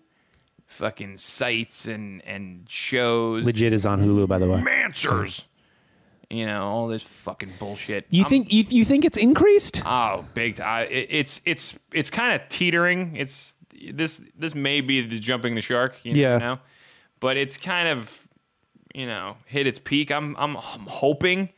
S2: fucking sites and and shows.
S3: legit is on Hulu by the way.
S2: Mancers. You know, all this fucking bullshit.
S3: You
S2: I'm-
S3: think you, you think it's increased?
S2: Oh, big time! It, it's it's it's kind of teetering. It's this this may be the jumping the shark. You
S3: Yeah.
S2: Know, but it's kind of you know hit its peak. I'm I'm, I'm hoping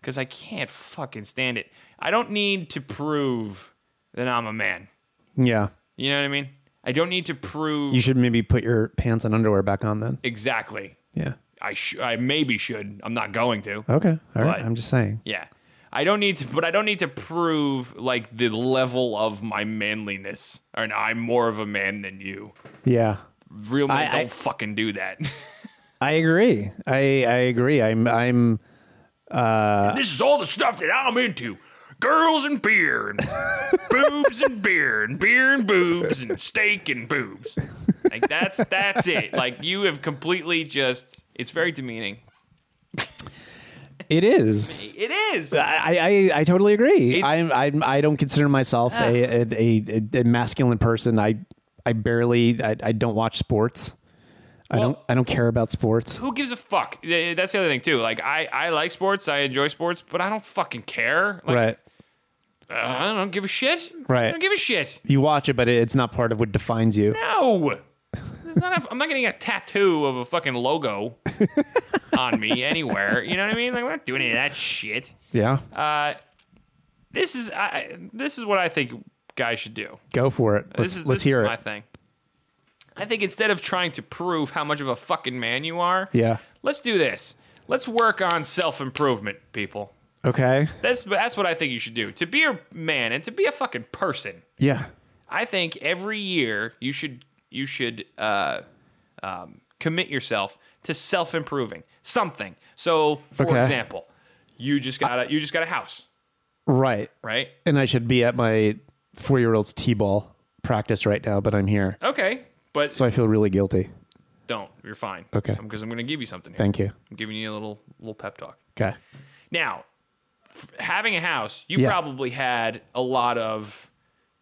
S2: because I can't fucking stand it. I don't need to prove that I'm a man.
S3: yeah,
S2: You know what I mean? I don't need to prove
S3: you should maybe put your pants and underwear back on then.
S2: exactly.
S3: Yeah.
S2: I sh- I maybe should. I'm not going to.
S3: Okay. All right.
S2: But-
S3: I'm just saying.
S2: Yeah. I don't need to, but I don't need to prove like the level of my manliness, and I'm more of a man than you.
S3: Yeah.
S2: Real men
S3: I-
S2: don't
S3: I-
S2: fucking do that.
S3: I agree. I I agree. I'm I'm. Uh.
S2: this is all the stuff that I'm into: girls and beer, and boobs and beer, and beer and boobs, and steak and boobs. Like that's that's it. Like you have completely just. It's very demeaning.
S3: It is.
S2: It is.
S3: Uh, I, I, I totally agree.
S2: It's- Ah.
S3: I'm, I'm I don't consider myself a, a, a, a masculine person. I I barely I, I don't watch sports. I don't I don't care about sports.
S2: who gives a fuck? Th- That's the other thing too. Like I, I like sports, I enjoy sports, but I don't fucking care. Like,
S3: right.
S2: uh, I don't give a shit.
S3: Right.
S2: I don't give a shit.
S3: You watch it, but it, it's not part of what defines you.
S2: No. It's not a, I'm not getting a tattoo of a fucking logo on me anywhere. You know what I mean? Like we're not doing any of that shit.
S3: Yeah.
S2: Uh, this is I, this is what I think guys should do.
S3: Go for it. Let's,
S2: this is
S3: let's
S2: this
S3: hear
S2: is
S3: it.
S2: my thing. I think instead of trying to prove how much of a fucking man you are,
S3: Yeah.
S2: let's do this. Let's work on self improvement, people.
S3: Okay.
S2: That's that's what I think you should do. To be a man and to be a fucking person,
S3: Yeah.
S2: I think every year you should you should uh, um, commit yourself to self improving something. So, for
S3: Okay.
S2: example, you just got a you just got a house,
S3: Right.
S2: right?
S3: And I should be at my four year old's t ball practice right now, but I'm here,
S2: Okay, but
S3: so I feel really guilty.
S2: don't. You're fine.
S3: Okay.
S2: because I'm going to give you something. Here.
S3: Thank you.
S2: I'm giving you a little little pep talk.
S3: Okay.
S2: Now, f- having a house, you
S3: Yeah.
S2: probably had a lot of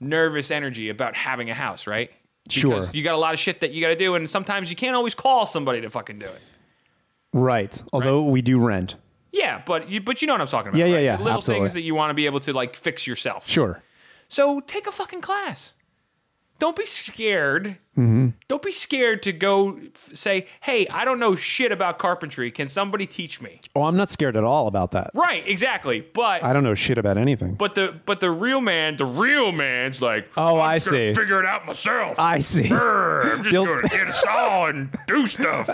S2: nervous energy about having a house, right?
S3: Sure.
S2: You got a lot of shit that you got to do, and sometimes you can't always call somebody to fucking do it.
S3: Right. Although we do rent.
S2: Yeah, but you but you know what I'm talking about.
S3: Yeah, yeah,
S2: right?
S3: yeah,
S2: The Little
S3: absolutely.
S2: things that you want to be able to like fix yourself.
S3: Sure.
S2: So take a fucking class. Don't be scared.
S3: Mm-hmm.
S2: Don't be scared to go f- say, "Hey, I don't know shit about carpentry. Can somebody teach me?"
S3: Oh, I'm not scared at all about that.
S2: Right, exactly. But
S3: I don't know shit about anything.
S2: But the but the real man, the real man's like,
S3: Oh,
S2: I'm
S3: I
S2: just gonna
S3: see.
S2: Figure it out myself.
S3: I see.
S2: Brr, I'm just
S3: You'll-
S2: gonna install and do stuff.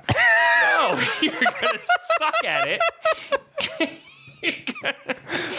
S2: no, you're gonna suck at it.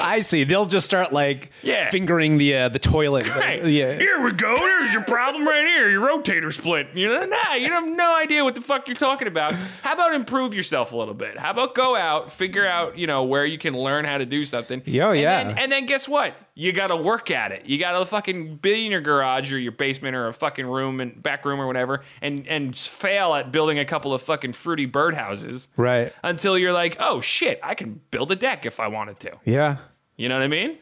S3: I see. They'll just start like
S2: Yeah.
S3: fingering the uh, the toilet.
S2: Hey,
S3: Yeah.
S2: here we go. Here's your problem right here. Your rotator split. You know, nah, you have no idea what the fuck you're talking about. How about improve yourself a little bit? How about go out, figure out, you know, where you can learn how to do something.
S3: Yo,
S2: and
S3: yeah.
S2: Then, and then guess what? You got to work at it. You got to fucking be in your garage or your basement or a fucking room and back room or whatever, and and fail at building a couple of fucking fruity birdhouses.
S3: Right.
S2: Until you're like, oh shit, I can build a deck if I wanted to.
S3: Yeah.
S2: You know what I mean?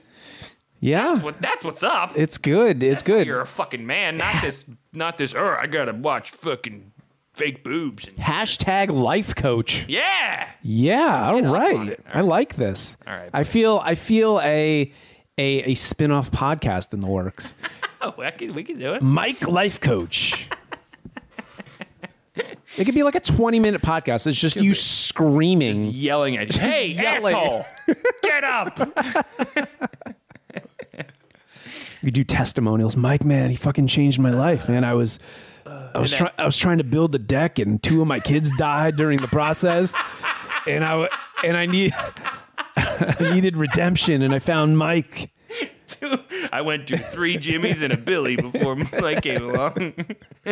S3: Yeah.
S2: Well, that's what's up.
S3: it's good. It's good.
S2: You're a fucking man, not this, not this. Oh, I gotta watch fucking fake boobs. And,
S3: Hashtag life coach.
S2: yeah.
S3: Yeah, all
S2: I'm
S3: right.
S2: on it.
S3: I like this.
S2: All right,
S3: I feel I feel a a a spin-off podcast in the works.
S2: Oh, I can, we can do it.
S3: Mike Life Coach. it could be like a 20 minute podcast. It's just you screaming.
S2: Yelling at you. Hey,
S3: yelling.
S2: asshole. Get up.
S3: you do testimonials. Mike, man, he fucking changed my life, man. I was I was
S2: And
S3: trying I was trying to build the deck and two of my kids died during the process. And I w- and I need I needed redemption and I found Mike.
S2: I went to three Jimmies and a Billy before Mike came along.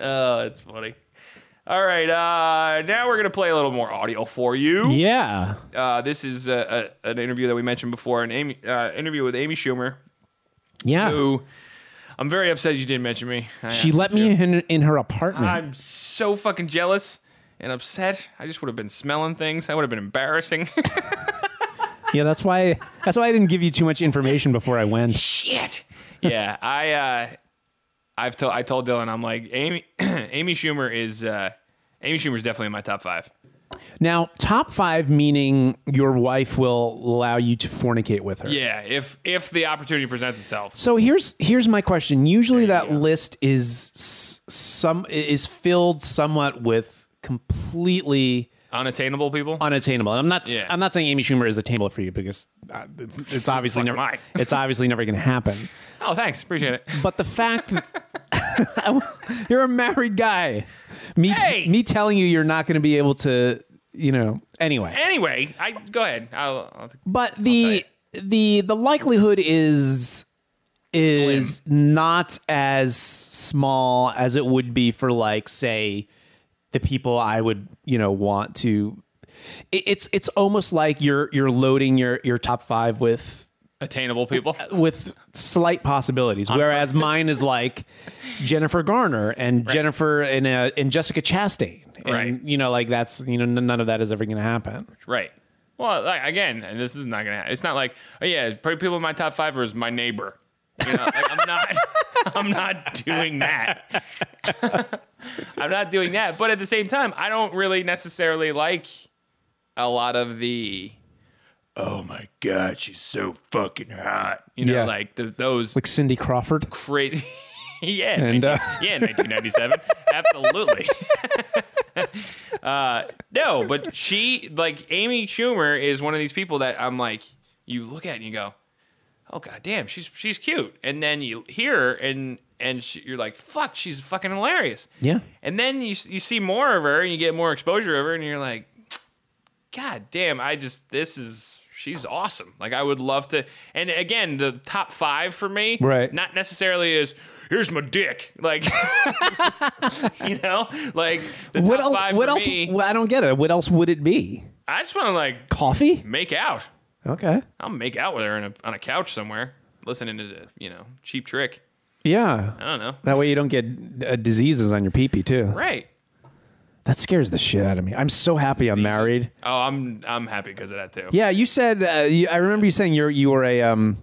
S2: oh, that's funny. All right, uh, now we're gonna play a little more audio for you.
S3: Yeah.
S2: Uh, this is uh, a, an interview that we mentioned before, an Amy, uh, interview with Amy Schumer,
S3: Yeah.
S2: who I'm very upset you didn't mention Ah. me. I
S3: She
S2: asked
S3: let
S2: you
S3: me
S2: to.
S3: in, in her apartment.
S2: I'm so fucking jealous and upset. I just would have been smelling things. I would have been embarrassing.
S3: yeah, that's why that's why I didn't give you too much information before I went.
S2: shit. Yeah, I uh I've told I told Dylan I'm like Amy Amy Schumer is uh Amy Schumer's definitely in my top 5.
S3: Now, top 5 meaning your wife will allow you to fornicate with her.
S2: Yeah, if if the opportunity presents itself.
S3: So here's here's my question. Usually that list is s- some is filled somewhat with completely
S2: Unattainable people?
S3: unattainable. And I'm not
S2: Yeah.
S3: I'm not saying Amy Schumer is attainable for you because uh, it's it's obviously
S2: Fuck
S3: never
S2: am I.
S3: it's obviously never going to happen.
S2: oh, thanks. Appreciate it.
S3: But the fact that you're a married guy, me t-
S2: Hey!
S3: me telling you you're not going to be able to, you know. Anyway,
S2: Anyway, I go ahead. I'll, I'll
S3: but the the the likelihood is is not as small as it would be for like say the people I would you know want to. it- It's it's almost like you're you're loading your your top five with
S2: attainable people.
S3: with slight possibilities, whereas mine is like Jennifer Garner and Jennifer and uh, and Jessica Chastain, and
S2: Right.
S3: you know like that's you know n- none of that is ever going to happen.
S2: Right. Well, like, again, and this is not gonna. It's not like, oh yeah, probably people in my top five is my neighbor. You know, like, I'm not. I'm not doing that. I'm not doing that. But at the same time, I don't really necessarily like a lot of the. Oh my god, she's so fucking hot. You know,
S3: Yeah.
S2: like the, those
S3: Like Cindy Crawford.
S2: crazy. yeah,
S3: And,
S2: and
S3: uh,
S2: yeah, 1997, absolutely. uh, no, but she, like Amy Schumer, is one of these people that I'm like, you look at and you go, oh god damn, she's she's cute, and then you hear her and and she, you're like, fuck, she's fucking hilarious.
S3: Yeah.
S2: And then you you see more of her and you get more exposure of her and you're like, God damn, I just this is she's awesome. Like I would love to. And again, the top five for me,
S3: Right.
S2: Not necessarily is here's my dick, like you know, like the
S3: What
S2: top
S3: else?
S2: five
S3: What
S2: for
S3: else?
S2: me.
S3: well, I don't get it. What else would it be?
S2: I just want to like
S3: Coffee?
S2: make out.
S3: Okay.
S2: I'll make out with her in a, on a couch somewhere, listening to you know cheap trick.
S3: Yeah.
S2: I don't know.
S3: That way you don't get uh, diseases on your pee-pee too.
S2: Right.
S3: That scares the shit out of me. I'm so happy I'm married.
S2: Oh, I'm I'm happy because of that too.
S3: Yeah, you said uh, you, I remember you saying you're you were a um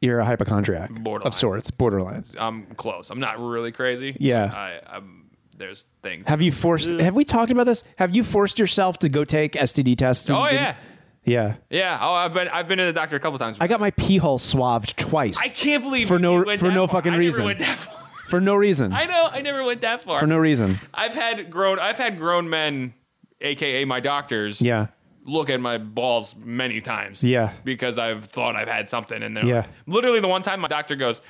S3: you're a hypochondriac
S2: Borderline.
S3: of sorts, borderline.
S2: I'm close. I'm not really crazy.
S3: Yeah.
S2: I, I'm. There's things.
S3: Have you forced? Have we talked about this? Have you forced yourself to go take STD tests?
S2: oh yeah,
S3: yeah.
S2: yeah. Oh, I've been I've been to the doctor a couple times.
S3: I got my pee hole swabbed twice
S2: I can't believe
S3: For no-
S2: you went
S3: for
S2: that
S3: no
S2: far.
S3: fucking
S2: I
S3: reason.
S2: Never went that far.
S3: for no reason.
S2: I know. I never went that far.
S3: for no reason.
S2: I've had grown. I've had grown men, aka my doctors.
S3: Yeah.
S2: Look at my balls many times.
S3: Yeah.
S2: Because I've thought I've had something, and then
S3: Yeah.
S2: literally the one time my doctor goes,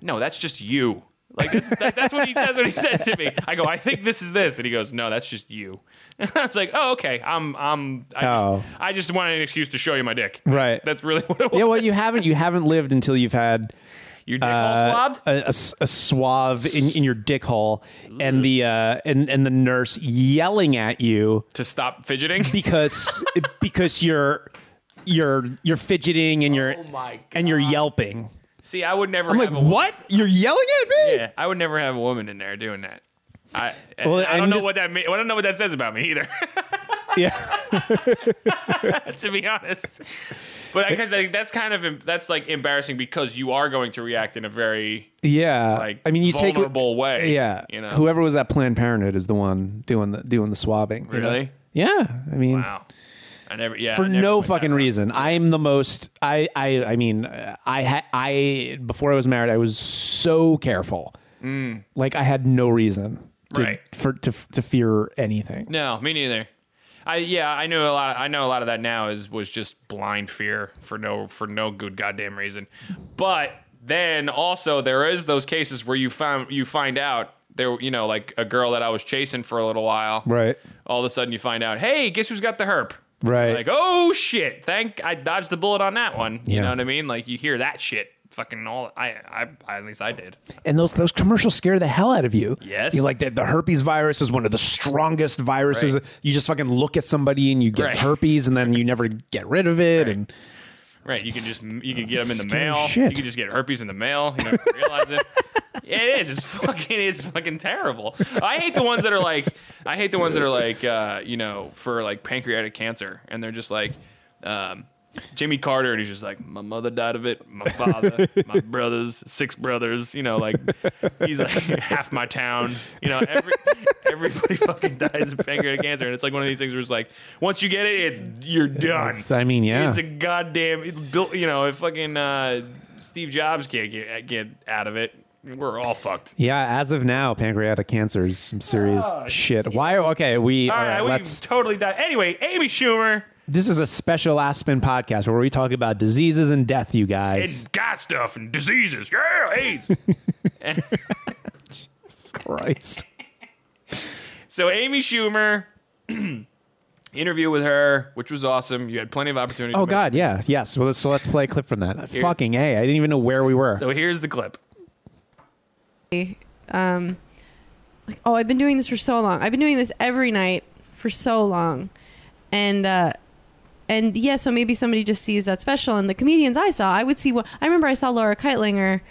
S2: "No, that's just you." Like that's, that, that's what he that's what he said to me. I go, "I think this is this," and he goes, "No, that's just you." And I was like, "Oh, okay. I'm I'm I,
S3: Oh.
S2: just, I just wanted an excuse to show you my dick.
S3: Right.
S2: That's, that's really what it was.
S3: Yeah. Well, you haven't you haven't lived until you've had
S2: Your dick
S3: uh,
S2: all swabbed.
S3: a, a s- a swab in, in your dick hole, and the uh, and and the nurse yelling at you
S2: to stop fidgeting.
S3: because because you're you're you're fidgeting and you're
S2: Oh my
S3: and you're yelping.
S2: See, I would never.
S3: I'm like,
S2: have a,
S3: what? You're yelling at me?
S2: Yeah, I would never have a woman in there doing that. I, I-
S3: Well,
S2: I
S3: and
S2: don't know
S3: this-
S2: what that mean, I don't know what that says about me either.
S3: yeah.
S2: to be honest, But because that's kind of em- that's like embarrassing because you are going to react in a very
S3: Yeah,
S2: like
S3: I mean, you take
S2: vulnerable way.
S3: Yeah,
S2: you know.
S3: whoever was at Planned Parenthood is the one doing the doing the swabbing. you know?
S2: Really?
S3: Yeah, I mean,
S2: Wow. I never. Yeah.
S3: for
S2: I never
S3: no
S2: went that
S3: fucking
S2: route.
S3: reason. I'm the most. I I I mean, uh, I ha- I before I was married, I was so careful. Like I had no reason to
S2: Mm. Right.
S3: for to to fear anything.
S2: No, me neither. I yeah, I knew a lot. I know a lot of that now is was just blind fear for no for no good goddamn reason. But then also there is those cases where you find you find out there you know like a girl that I was chasing for a little while.
S3: Right.
S2: All of a sudden you find out, hey, guess who's got the herp?
S3: Right.
S2: Like oh shit, thank I dodged the bullet on that one. You
S3: Yeah.
S2: know what I mean? Like you hear that shit. Fucking all I, I, I at least I did.
S3: And those those commercials scare the hell out of you.
S2: Yes.
S3: You're like the, the herpes virus is one of the strongest viruses.
S2: Right.
S3: You just fucking look at somebody and you get
S2: Right.
S3: herpes and then you never get rid of it and
S2: Right, you can just you can get
S3: that's
S2: them in the
S3: scary
S2: mail.
S3: shit.
S2: You can just get herpes in the mail. You never realize it. Yeah, it is. It's fucking. It's fucking terrible. I hate the ones that are like. I hate the ones that are like. Uh, you know, for like pancreatic cancer, and they're just like, um, Jimmy Carter, and he's just like, my mother died of it. My father, my brothers, six brothers. You know, like he's like half my town. You know, every everybody fucking dies of pancreatic cancer, and it's like one of these things where it's like, once you get it, it's you're done.
S3: It's- I mean, yeah.
S2: It's a goddamn it built. You know, if fucking uh, Steve Jobs can't get get out of it, we're all fucked.
S3: Yeah, as of now, pancreatic cancer is some serious shit. Why? Okay, we all
S2: Ah, All
S3: right,
S2: right, we
S3: let's.
S2: totally die. Anyway, Amy Schumer
S3: This is a special Laugh Spin podcast where we talk about diseases and death, you guys.
S2: and got stuff and diseases. Yeah, AIDS. and,
S3: Christ.
S2: so Amy Schumer. Interview with her, which was awesome. You had plenty of opportunity.
S3: Oh
S2: to make-
S3: God, yeah, yes. Well, let's, so let's play a clip from that. Fucking a, I didn't even know where we were.
S2: So here's the clip.
S5: um, like, oh, I've been doing this for so long. I've been doing this every night for so long, and uh, and yeah, so maybe somebody just sees that special. And the comedians I saw, I would see what I remember. I saw Laura Keitlinger.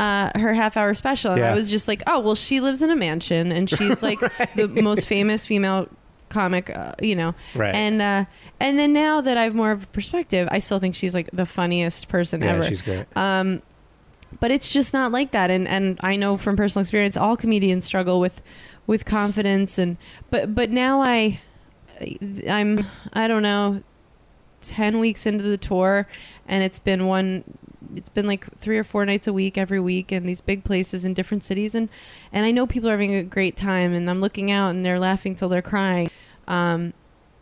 S5: Uh, her half hour special and
S3: Mm-hmm. Yeah.
S5: i was just like oh well she lives in a mansion and she's like the most famous female comic uh, you know
S3: Right.
S5: and uh and then now that i have more of a perspective i still think she's like the funniest person
S3: yeah,
S5: ever
S3: she's great.
S2: Uh,
S5: Um, but it's just not like that and and I know from personal experience all comedians struggle with with confidence and but but now I I'm I don't know 10 weeks into the tour and it's been one it's been like three or four nights a week every week in these big places in different cities and and I know people are having a great time and I'm looking out and they're laughing till they're crying um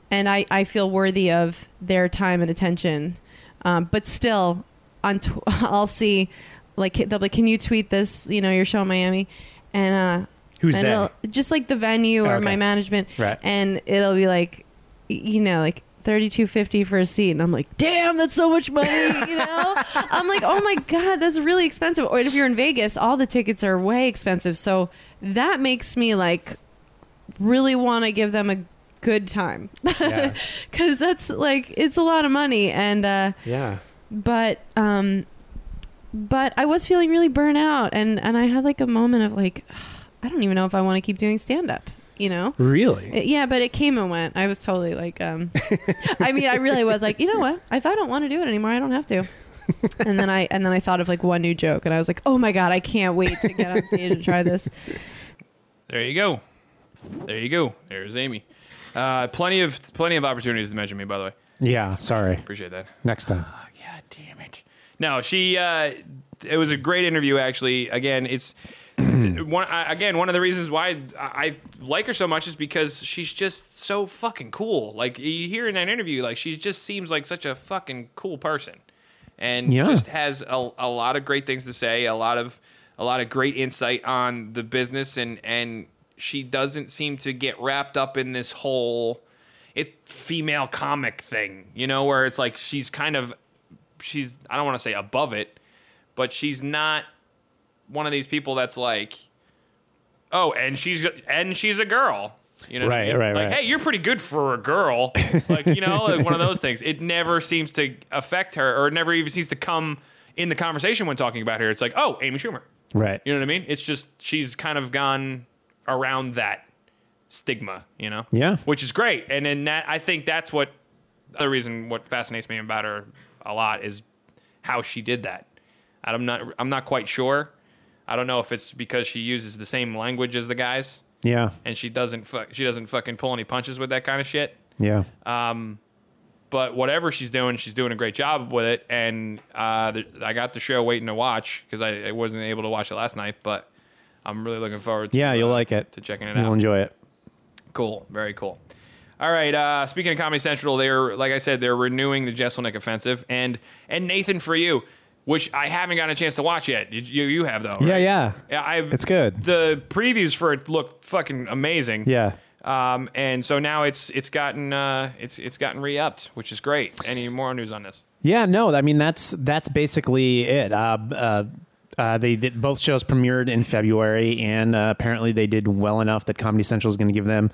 S5: and I, I feel worthy of their time and attention. Um, but still, on tw- I'll see, like they'll be, like, can you tweet this? You know, your show in Miami, and uh,
S3: Who's
S5: and
S3: they?
S5: it'll- Just like the venue or
S3: Okay.
S5: my management,
S3: Right.
S5: And it'll be like, y- you know, like. 3250 for a seat and I'm like damn that's so much money you know I'm like oh my god that's really expensive or if you're in Vegas all the tickets are way expensive so that makes me like really want to give them a good time
S3: Yeah.
S5: because that's like it's a lot of money and uh
S3: yeah.
S5: but um but i was feeling really burnt out and and i had like a moment of like i don't even know if i want to keep doing stand up you know
S3: Really?
S5: It- yeah but it came and went i was totally like um i mean i really was like you know what if i don't want to do it anymore i don't have to and then i and then i thought of like one new joke and i was like oh my god i can't wait to get on stage and try this
S2: There you go. There you go. There's Amy. Uh, plenty of plenty of opportunities to mention me, by the way.
S3: Yeah. Sorry.
S2: Appreciate that.
S3: Next time.
S2: God damn it. No, she. Uh, it was a great interview. Actually, again, it's one. I, again, one of the reasons why I, I like her so much is because she's just so fucking cool. Like you hear in that interview, like she just seems like such a fucking cool person, and
S3: Yeah.
S2: just has a, a lot of great things to say. A lot of a lot of great insight on the business, and and she doesn't seem to get wrapped up in this whole it female comic thing, you know, where it's like she's kind of she's I don't want to say above it, but she's not one of these people that's like, oh, and she's and she's a girl. You know, what I
S3: Right,
S2: mean?
S3: right,
S2: like,
S3: right.
S2: hey, you're pretty good for a girl. like, you know, like one of those things. It never seems to affect her, or it never even seems to come in the conversation when talking about her. It's like, oh, Amy Schumer.
S3: Right.
S2: You know what I mean? It's just she's kind of gone around that stigma, you know?
S3: Yeah.
S2: Which is great. And then that I think that's what the reason what fascinates me about her a lot is how she did that. And I'm not I'm not quite sure. I don't know if it's because she uses the same language as the guys
S3: Yeah.
S2: and she doesn't fuck she doesn't fucking pull any punches with that kind of shit.
S3: Yeah.
S2: But whatever she's doing, she's doing a great job with it. And uh, the, I got the show waiting to watch because I, I wasn't able to watch it last night, but I'm really looking forward. to
S3: yeah. You'll
S2: uh,
S3: like it.
S2: to checking it
S3: You'll
S2: out.
S3: enjoy it.
S2: Cool. Very cool. All right. Uh, speaking of Comedy Central, they're like I said, they're renewing the Jesselnick offensive and and Nathan for you, which I haven't gotten a chance to watch yet. You you, you have though.
S3: Yeah.
S2: right?
S3: Yeah.
S2: Yeah, I've,
S3: It's good.
S2: The previews for it looked fucking amazing.
S3: Yeah.
S2: Um, and so now it's it's gotten uh, it's it's gotten re upped, which is great. Any more news on this?
S3: Yeah, no, I mean that's that's basically it. Uh, uh, uh, they did, both shows premiered in February, and uh, apparently they did well enough that Comedy Central is going to give them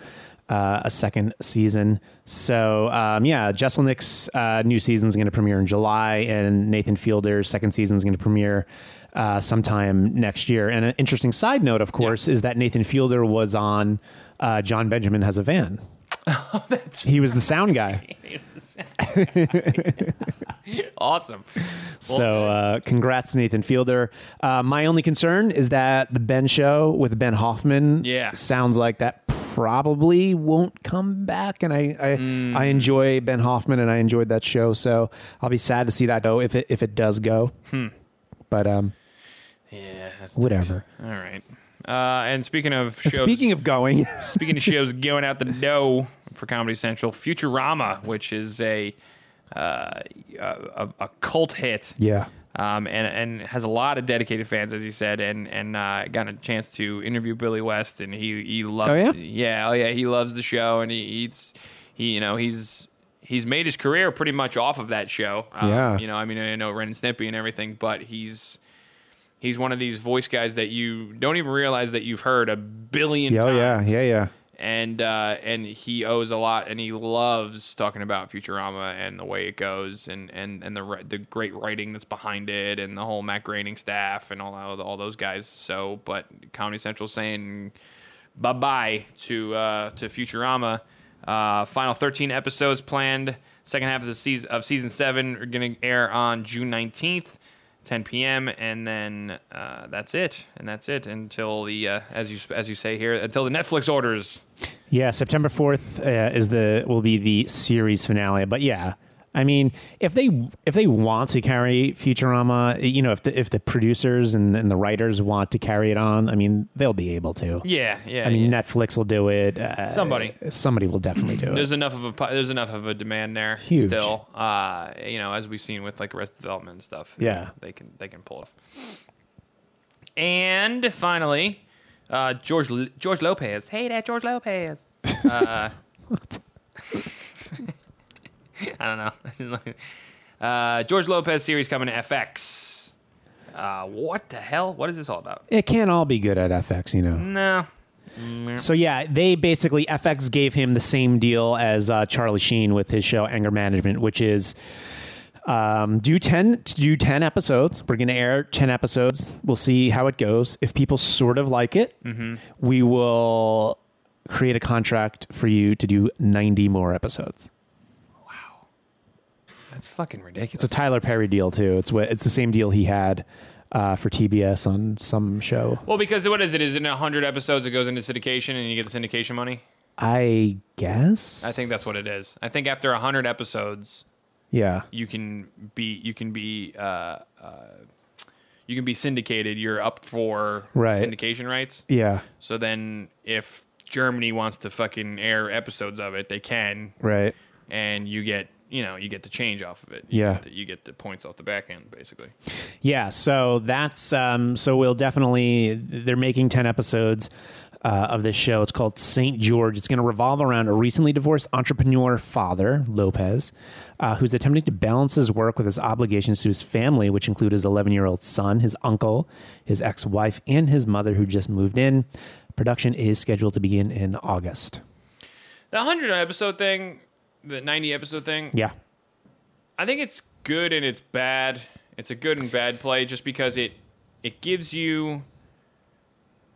S3: uh, a second season. So um, yeah, Jesselnick's uh, new season is going to premiere in July, and Nathan Fielder's second season is going to premiere uh, sometime next year. And an interesting side note, of course, is that Nathan Fielder was on uh, John Benjamin Has a Van.
S2: That's
S3: He was the sound guy.
S2: awesome.
S3: So, uh, congrats to Nathan Fielder. Uh, my only concern is that the Ben show with Ben Hoffman
S2: Yeah.
S3: sounds like that probably won't come back. And I, I,
S2: Hmm.
S3: I enjoy Ben Hoffman and I enjoyed that show. So I'll be sad to see that go if it, if it does go.
S2: Hmm.
S3: But um,
S2: Yeah. that's-
S3: whatever.
S2: All right. Uh, and speaking of shows,
S3: Speaking of going,
S2: Speaking of shows going out the dough for Comedy Central, Futurama, which is a uh, a, a cult hit,
S3: yeah,
S2: um, and and has a lot of dedicated fans, as you said, and and uh, got a chance to interview Billy West, and he he loves,
S3: Oh, yeah?
S2: yeah, oh yeah, he loves the show, and he eats, he you know he's he's made his career pretty much off of that show, Um,
S3: Yeah.
S2: you know, I mean, I know Ren and Snippy and everything, but he's he's one of these voice guys that you don't even realize that you've heard a billion
S3: yeah, oh,
S2: times
S3: yeah, yeah, yeah.
S2: and uh, and he owes a lot, and he loves talking about Futurama and the way it goes, and and and the ri- the great writing that's behind it, and the whole Matt Groening staff, and all all those guys. So, but Comedy Central saying bye bye to uh, to Futurama. Uh, final thirteen episodes planned. Second half of the season of season seven are going to air on June nineteenth. 10 p.m. and then uh, that's it, and that's it until the uh, as you as you say here until the Netflix orders.
S3: Yeah, September fourth uh, is the will be the series finale. But yeah, I mean, if they if they want to carry Futurama, you know, if the if the producers and, and the writers want to carry it on, I mean, they'll be able to.
S2: Yeah, yeah.
S3: I mean,
S2: yeah.
S3: Netflix will do it. Uh,
S2: Somebody.
S3: somebody will definitely do it.
S2: there's enough of a po- there's enough of a demand there
S3: Huge.
S2: still. Uh, you know, as we've seen with like Arrested Development and stuff.
S3: Yeah.
S2: they can they can pull it off. And finally, uh, George L- George Lopez. Hey, that George Lopez. Uh, I don't know. uh, George Lopez series coming to FX. Uh, what the hell? What is this all about?
S3: It can't all be good at FX, you know.
S2: No.
S3: So yeah, they basically FX gave him the same deal as uh, Charlie Sheen with his show Anger Management, which is um, do ten do ten episodes. We're going to air ten episodes. We'll see how it goes. If people sort of like it,
S2: Mm-hmm.
S3: we will create a contract for you to do ninety more episodes.
S2: That's fucking ridiculous.
S3: It's a Tyler Perry deal too. It's what it's the same deal he had uh, for TBS on some show.
S2: Well, because what is it? Is it 100 episodes that goes into syndication and you get the syndication money?
S3: I guess.
S2: I think that's what it is. I think after 100 episodes,
S3: Yeah.
S2: you can be you can be uh, uh, you can be syndicated. You're up for
S3: Right.
S2: syndication rights.
S3: Yeah.
S2: So then if Germany wants to fucking air episodes of it, they can
S3: Right.
S2: and you get, you know, you get the change off of it. You
S3: Yeah.
S2: get the, you get the points off the back end basically.
S3: Yeah, so that's um, so we'll definitely they're making ten episodes uh, of this show. It's called Saint George. It's going to revolve around a recently divorced entrepreneur father Lopez, uh, who's attempting to balance his work with his obligations to his family, which include his 11 year old son, his uncle, his ex wife, and his mother, who just moved in. Production is scheduled to begin in August.
S2: The 100 episode thing, the 90 episode thing,
S3: Yeah,
S2: I think it's good and it's bad. It's a good and bad play just because it it gives you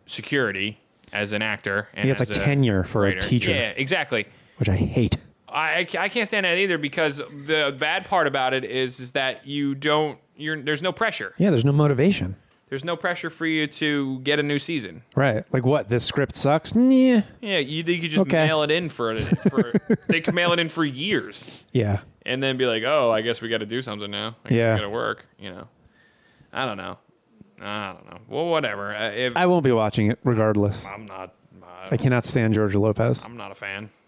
S2: security as an actor. And
S3: Yeah, it's
S2: as
S3: like tenure for a teacher.
S2: Yeah, exactly.
S3: which I hate.
S2: I, I ca- I can't stand that either because the bad part about it is is that you don't you're there's no pressure.
S3: Yeah, there's no motivation.
S2: There's no pressure for you to get a new season.
S3: Right. Like what? This script sucks? Yeah.
S2: Yeah, you, you could just
S3: Okay.
S2: mail it in for, for they could mail it in for years
S3: Yeah.
S2: and then be like, oh, I guess we got to do something now. I guess
S3: Yeah.
S2: we got to work. You know, I don't know. I don't know. Well, whatever. Uh, If
S3: I won't be watching it regardless.
S2: I'm not, uh,
S3: I cannot stand Georgia Lopez.
S2: I'm not a fan.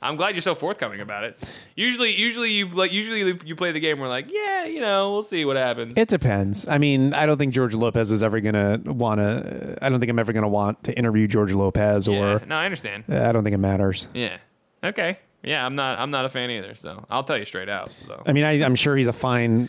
S2: I'm glad you're so forthcoming about it. Usually, usually you like, usually you play the game. We're like, yeah, you know, we'll see what happens.
S3: It depends. I mean, I don't think George Lopez is ever gonna wanna. I don't think I'm ever gonna want to interview George Lopez,
S2: yeah.
S3: or
S2: No, I understand.
S3: Uh, I don't think it matters.
S2: Yeah. Okay. Yeah, I'm not. I'm not a fan either. So I'll tell you straight out. So
S3: I mean, I, I'm sure he's a fine.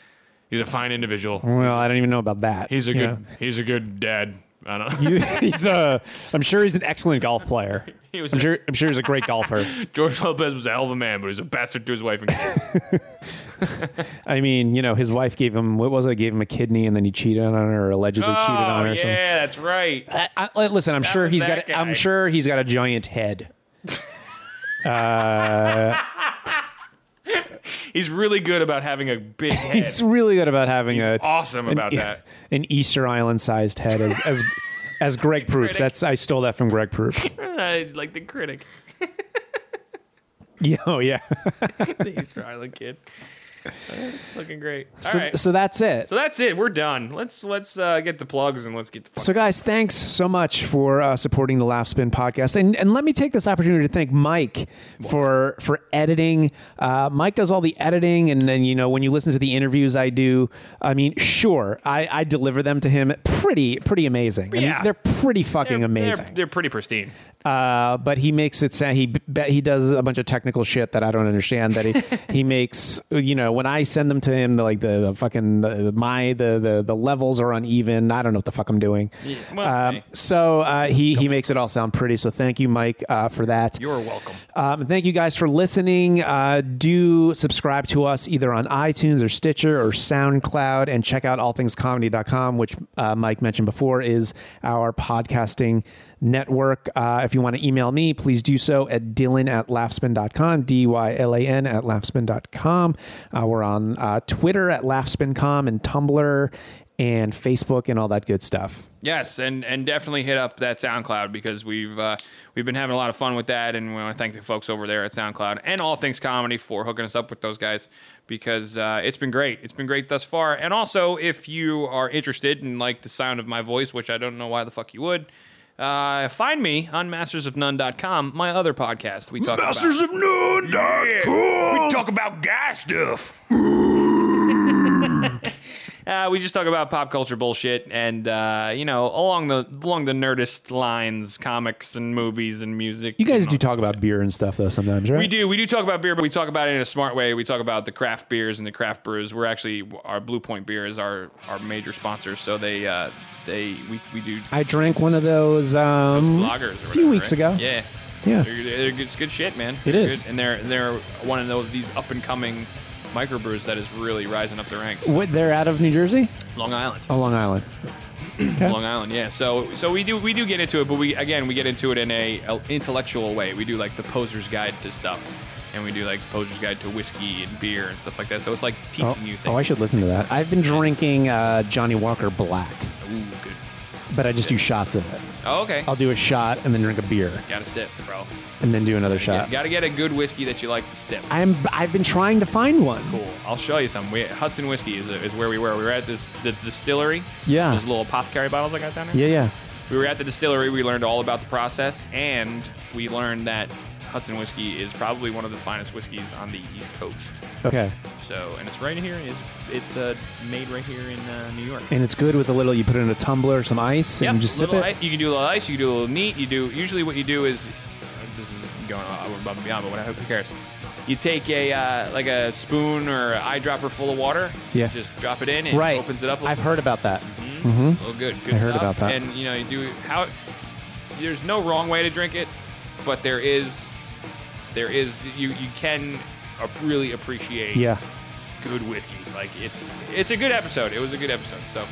S2: he's a fine individual.
S3: Well, I don't even know about that.
S2: He's a
S3: you
S2: good.
S3: know?
S2: He's a good dad. I don't. know.
S3: He's, he's a. I'm sure he's an excellent golf player.
S2: He was
S3: I'm
S2: a-
S3: sure. I'm sure he's a great golfer.
S2: George Lopez was a hell of a man, but he's a bastard to his wife and kids.
S3: I mean, you know, his wife gave him what was it? Gave him a kidney, and then he cheated on her, or allegedly cheated on her.
S2: Oh, yeah,
S3: Or something.
S2: that's right.
S3: I, I, listen, I'm sure
S2: was
S3: he's got.
S2: that
S3: I'm
S2: guy.
S3: sure he's got a giant head.
S2: He's really good about having a big head.
S3: He's really good about having
S2: He's
S3: a e-
S2: awesome about that.
S3: an Easter Island sized head as as as Greg Proops.
S2: Critic.
S3: That's I stole that from Greg Proops.
S2: I Uh, like the critic.
S3: Yeah, oh yeah.
S2: the Easter Island kid. Uh, It's fucking great. All right.
S3: So,
S2: so,
S3: so that's it.
S2: that's it. We're done. Let's let's uh, get the plugs and let's get the fuck.
S3: So, guys, thanks so much for uh, supporting the Laugh Spin podcast, and and let me take this opportunity to thank Mike for for editing. Uh, Mike does all the editing, and then you know when you listen to the interviews I do, I mean, sure, I, I deliver them to him. Pretty pretty amazing. I mean,
S2: Yeah.
S3: they're pretty fucking
S2: They're- they're-
S3: amazing.
S2: They're, pretty pristine.
S3: uh, but he makes it sound he bet he does a bunch of technical shit that I don't understand. That he he makes you know when I send them to him, the, like the, the fucking the, my the, the the levels are uneven. I don't know what the fuck I'm doing.
S2: well,
S3: um,
S2: hey.
S3: So uh, he he makes it all sound pretty. So thank you, Mike, uh, for that.
S2: You're welcome.
S3: Um, thank you guys for listening. Uh, do subscribe to us either on iTunes or Stitcher or SoundCloud and check out allthingscomedy.com, which uh, Mike mentioned before is our podcasting network. Uh, if you want to email me, please do so at dylan at laughspin.com, D Y L A N at laughspin.com. Uh, we're on uh, Twitter at laughspin.com and Tumblr and Facebook and all that good stuff.
S2: Yes, and and definitely hit up that SoundCloud because we've uh, we've been having a lot of fun with that, and we want to thank the folks over there at SoundCloud and All Things Comedy for hooking us up with those guys because uh, it's been great. It's been great thus far. And also, if you are interested and like the sound of my voice, which I don't know why the fuck you would. Uh, find me on mastersofnone.com, my other podcast. We talk about
S1: of Noon.
S2: we talk about guy stuff. uh, we just talk about pop culture bullshit, and uh, you know, along the along the nerdist lines, comics and movies and music.
S3: You guys
S2: and
S3: do talk about beer and stuff, though, sometimes, right?
S2: we do. We do talk about beer, but we talk about it in a smart way. We talk about the craft beers and the craft brews. We're actually our Blue Point beer is our our major sponsor, so they uh, they we, we do
S3: I drank one of those um,
S2: bloggers
S3: a few weeks ago.
S2: Yeah.
S3: Yeah.
S2: They're, they're good, it's good shit, man.
S3: It
S2: It is,
S3: is.
S2: and they're they're one of those these up and coming microbrews that is really rising up the ranks.
S3: What, they're out of New Jersey?
S2: Long Island,
S3: Oh, Long Island. Okay.
S2: Long Island, yeah. So so we do we do get into it, but we again we get into it in a, a intellectual way. We do like the Poser's Guide to stuff, and we do like Poser's Guide to whiskey and beer and stuff like that. So it's like teaching
S3: Oh,
S2: you things.
S3: oh, I should listen to that. I've been drinking uh, Johnny Walker Black,
S2: Ooh, good.
S3: but I just do shots of it.
S2: Oh, okay.
S3: I'll do a shot and then drink a beer
S2: Gotta sip, bro.
S3: and then do another shot.
S2: Gotta get a good whiskey that you like to sip.
S3: I'm I've been trying to find one.
S2: Cool. I'll show you some. We, Hudson Whiskey is, is where we were. We were at this the distillery.
S3: Yeah.
S2: Those little apothecary bottles I got down there.
S3: Yeah, yeah.
S2: We were at the distillery. We learned all about the process, and we learned that Hudson Whiskey is probably one of the finest whiskeys on the East Coast.
S3: Okay.
S2: So, and it's right here. It's, it's uh, made right here in uh, New York.
S3: And it's good with a little. You put it in a tumbler, some ice, and
S2: Yep,
S3: just sip
S2: little
S3: it.
S2: ice. You can do a little ice. You can do a little neat. You do usually what you do is uh, this is going over above and beyond, but whatever. Who cares? You take a uh, like a spoon or an eyedropper full of water.
S3: Yeah.
S2: Just drop it in. It
S3: Right.
S2: Opens it up. A
S3: I've heard about that.
S2: Oh, good. Good
S3: I heard
S2: stuff.
S3: about that.
S2: And you know, you do how. There's no wrong way to drink it, but there is, there is you you can uh, really appreciate
S3: Yeah.
S2: good whiskey. Like it's it's a good episode. It was a good episode. So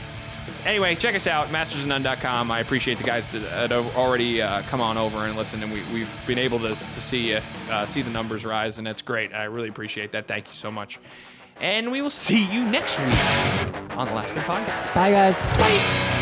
S2: Anyway, check us out, mastersandnone.com. I appreciate the guys that had already uh, come on over and listened, and we, we've been able to, to see uh, uh, see the numbers rise, and that's great. I really appreciate that. Thank you so much. And we will see you next week on the Last Bit Podcast.
S6: Bye, guys.
S2: Bye.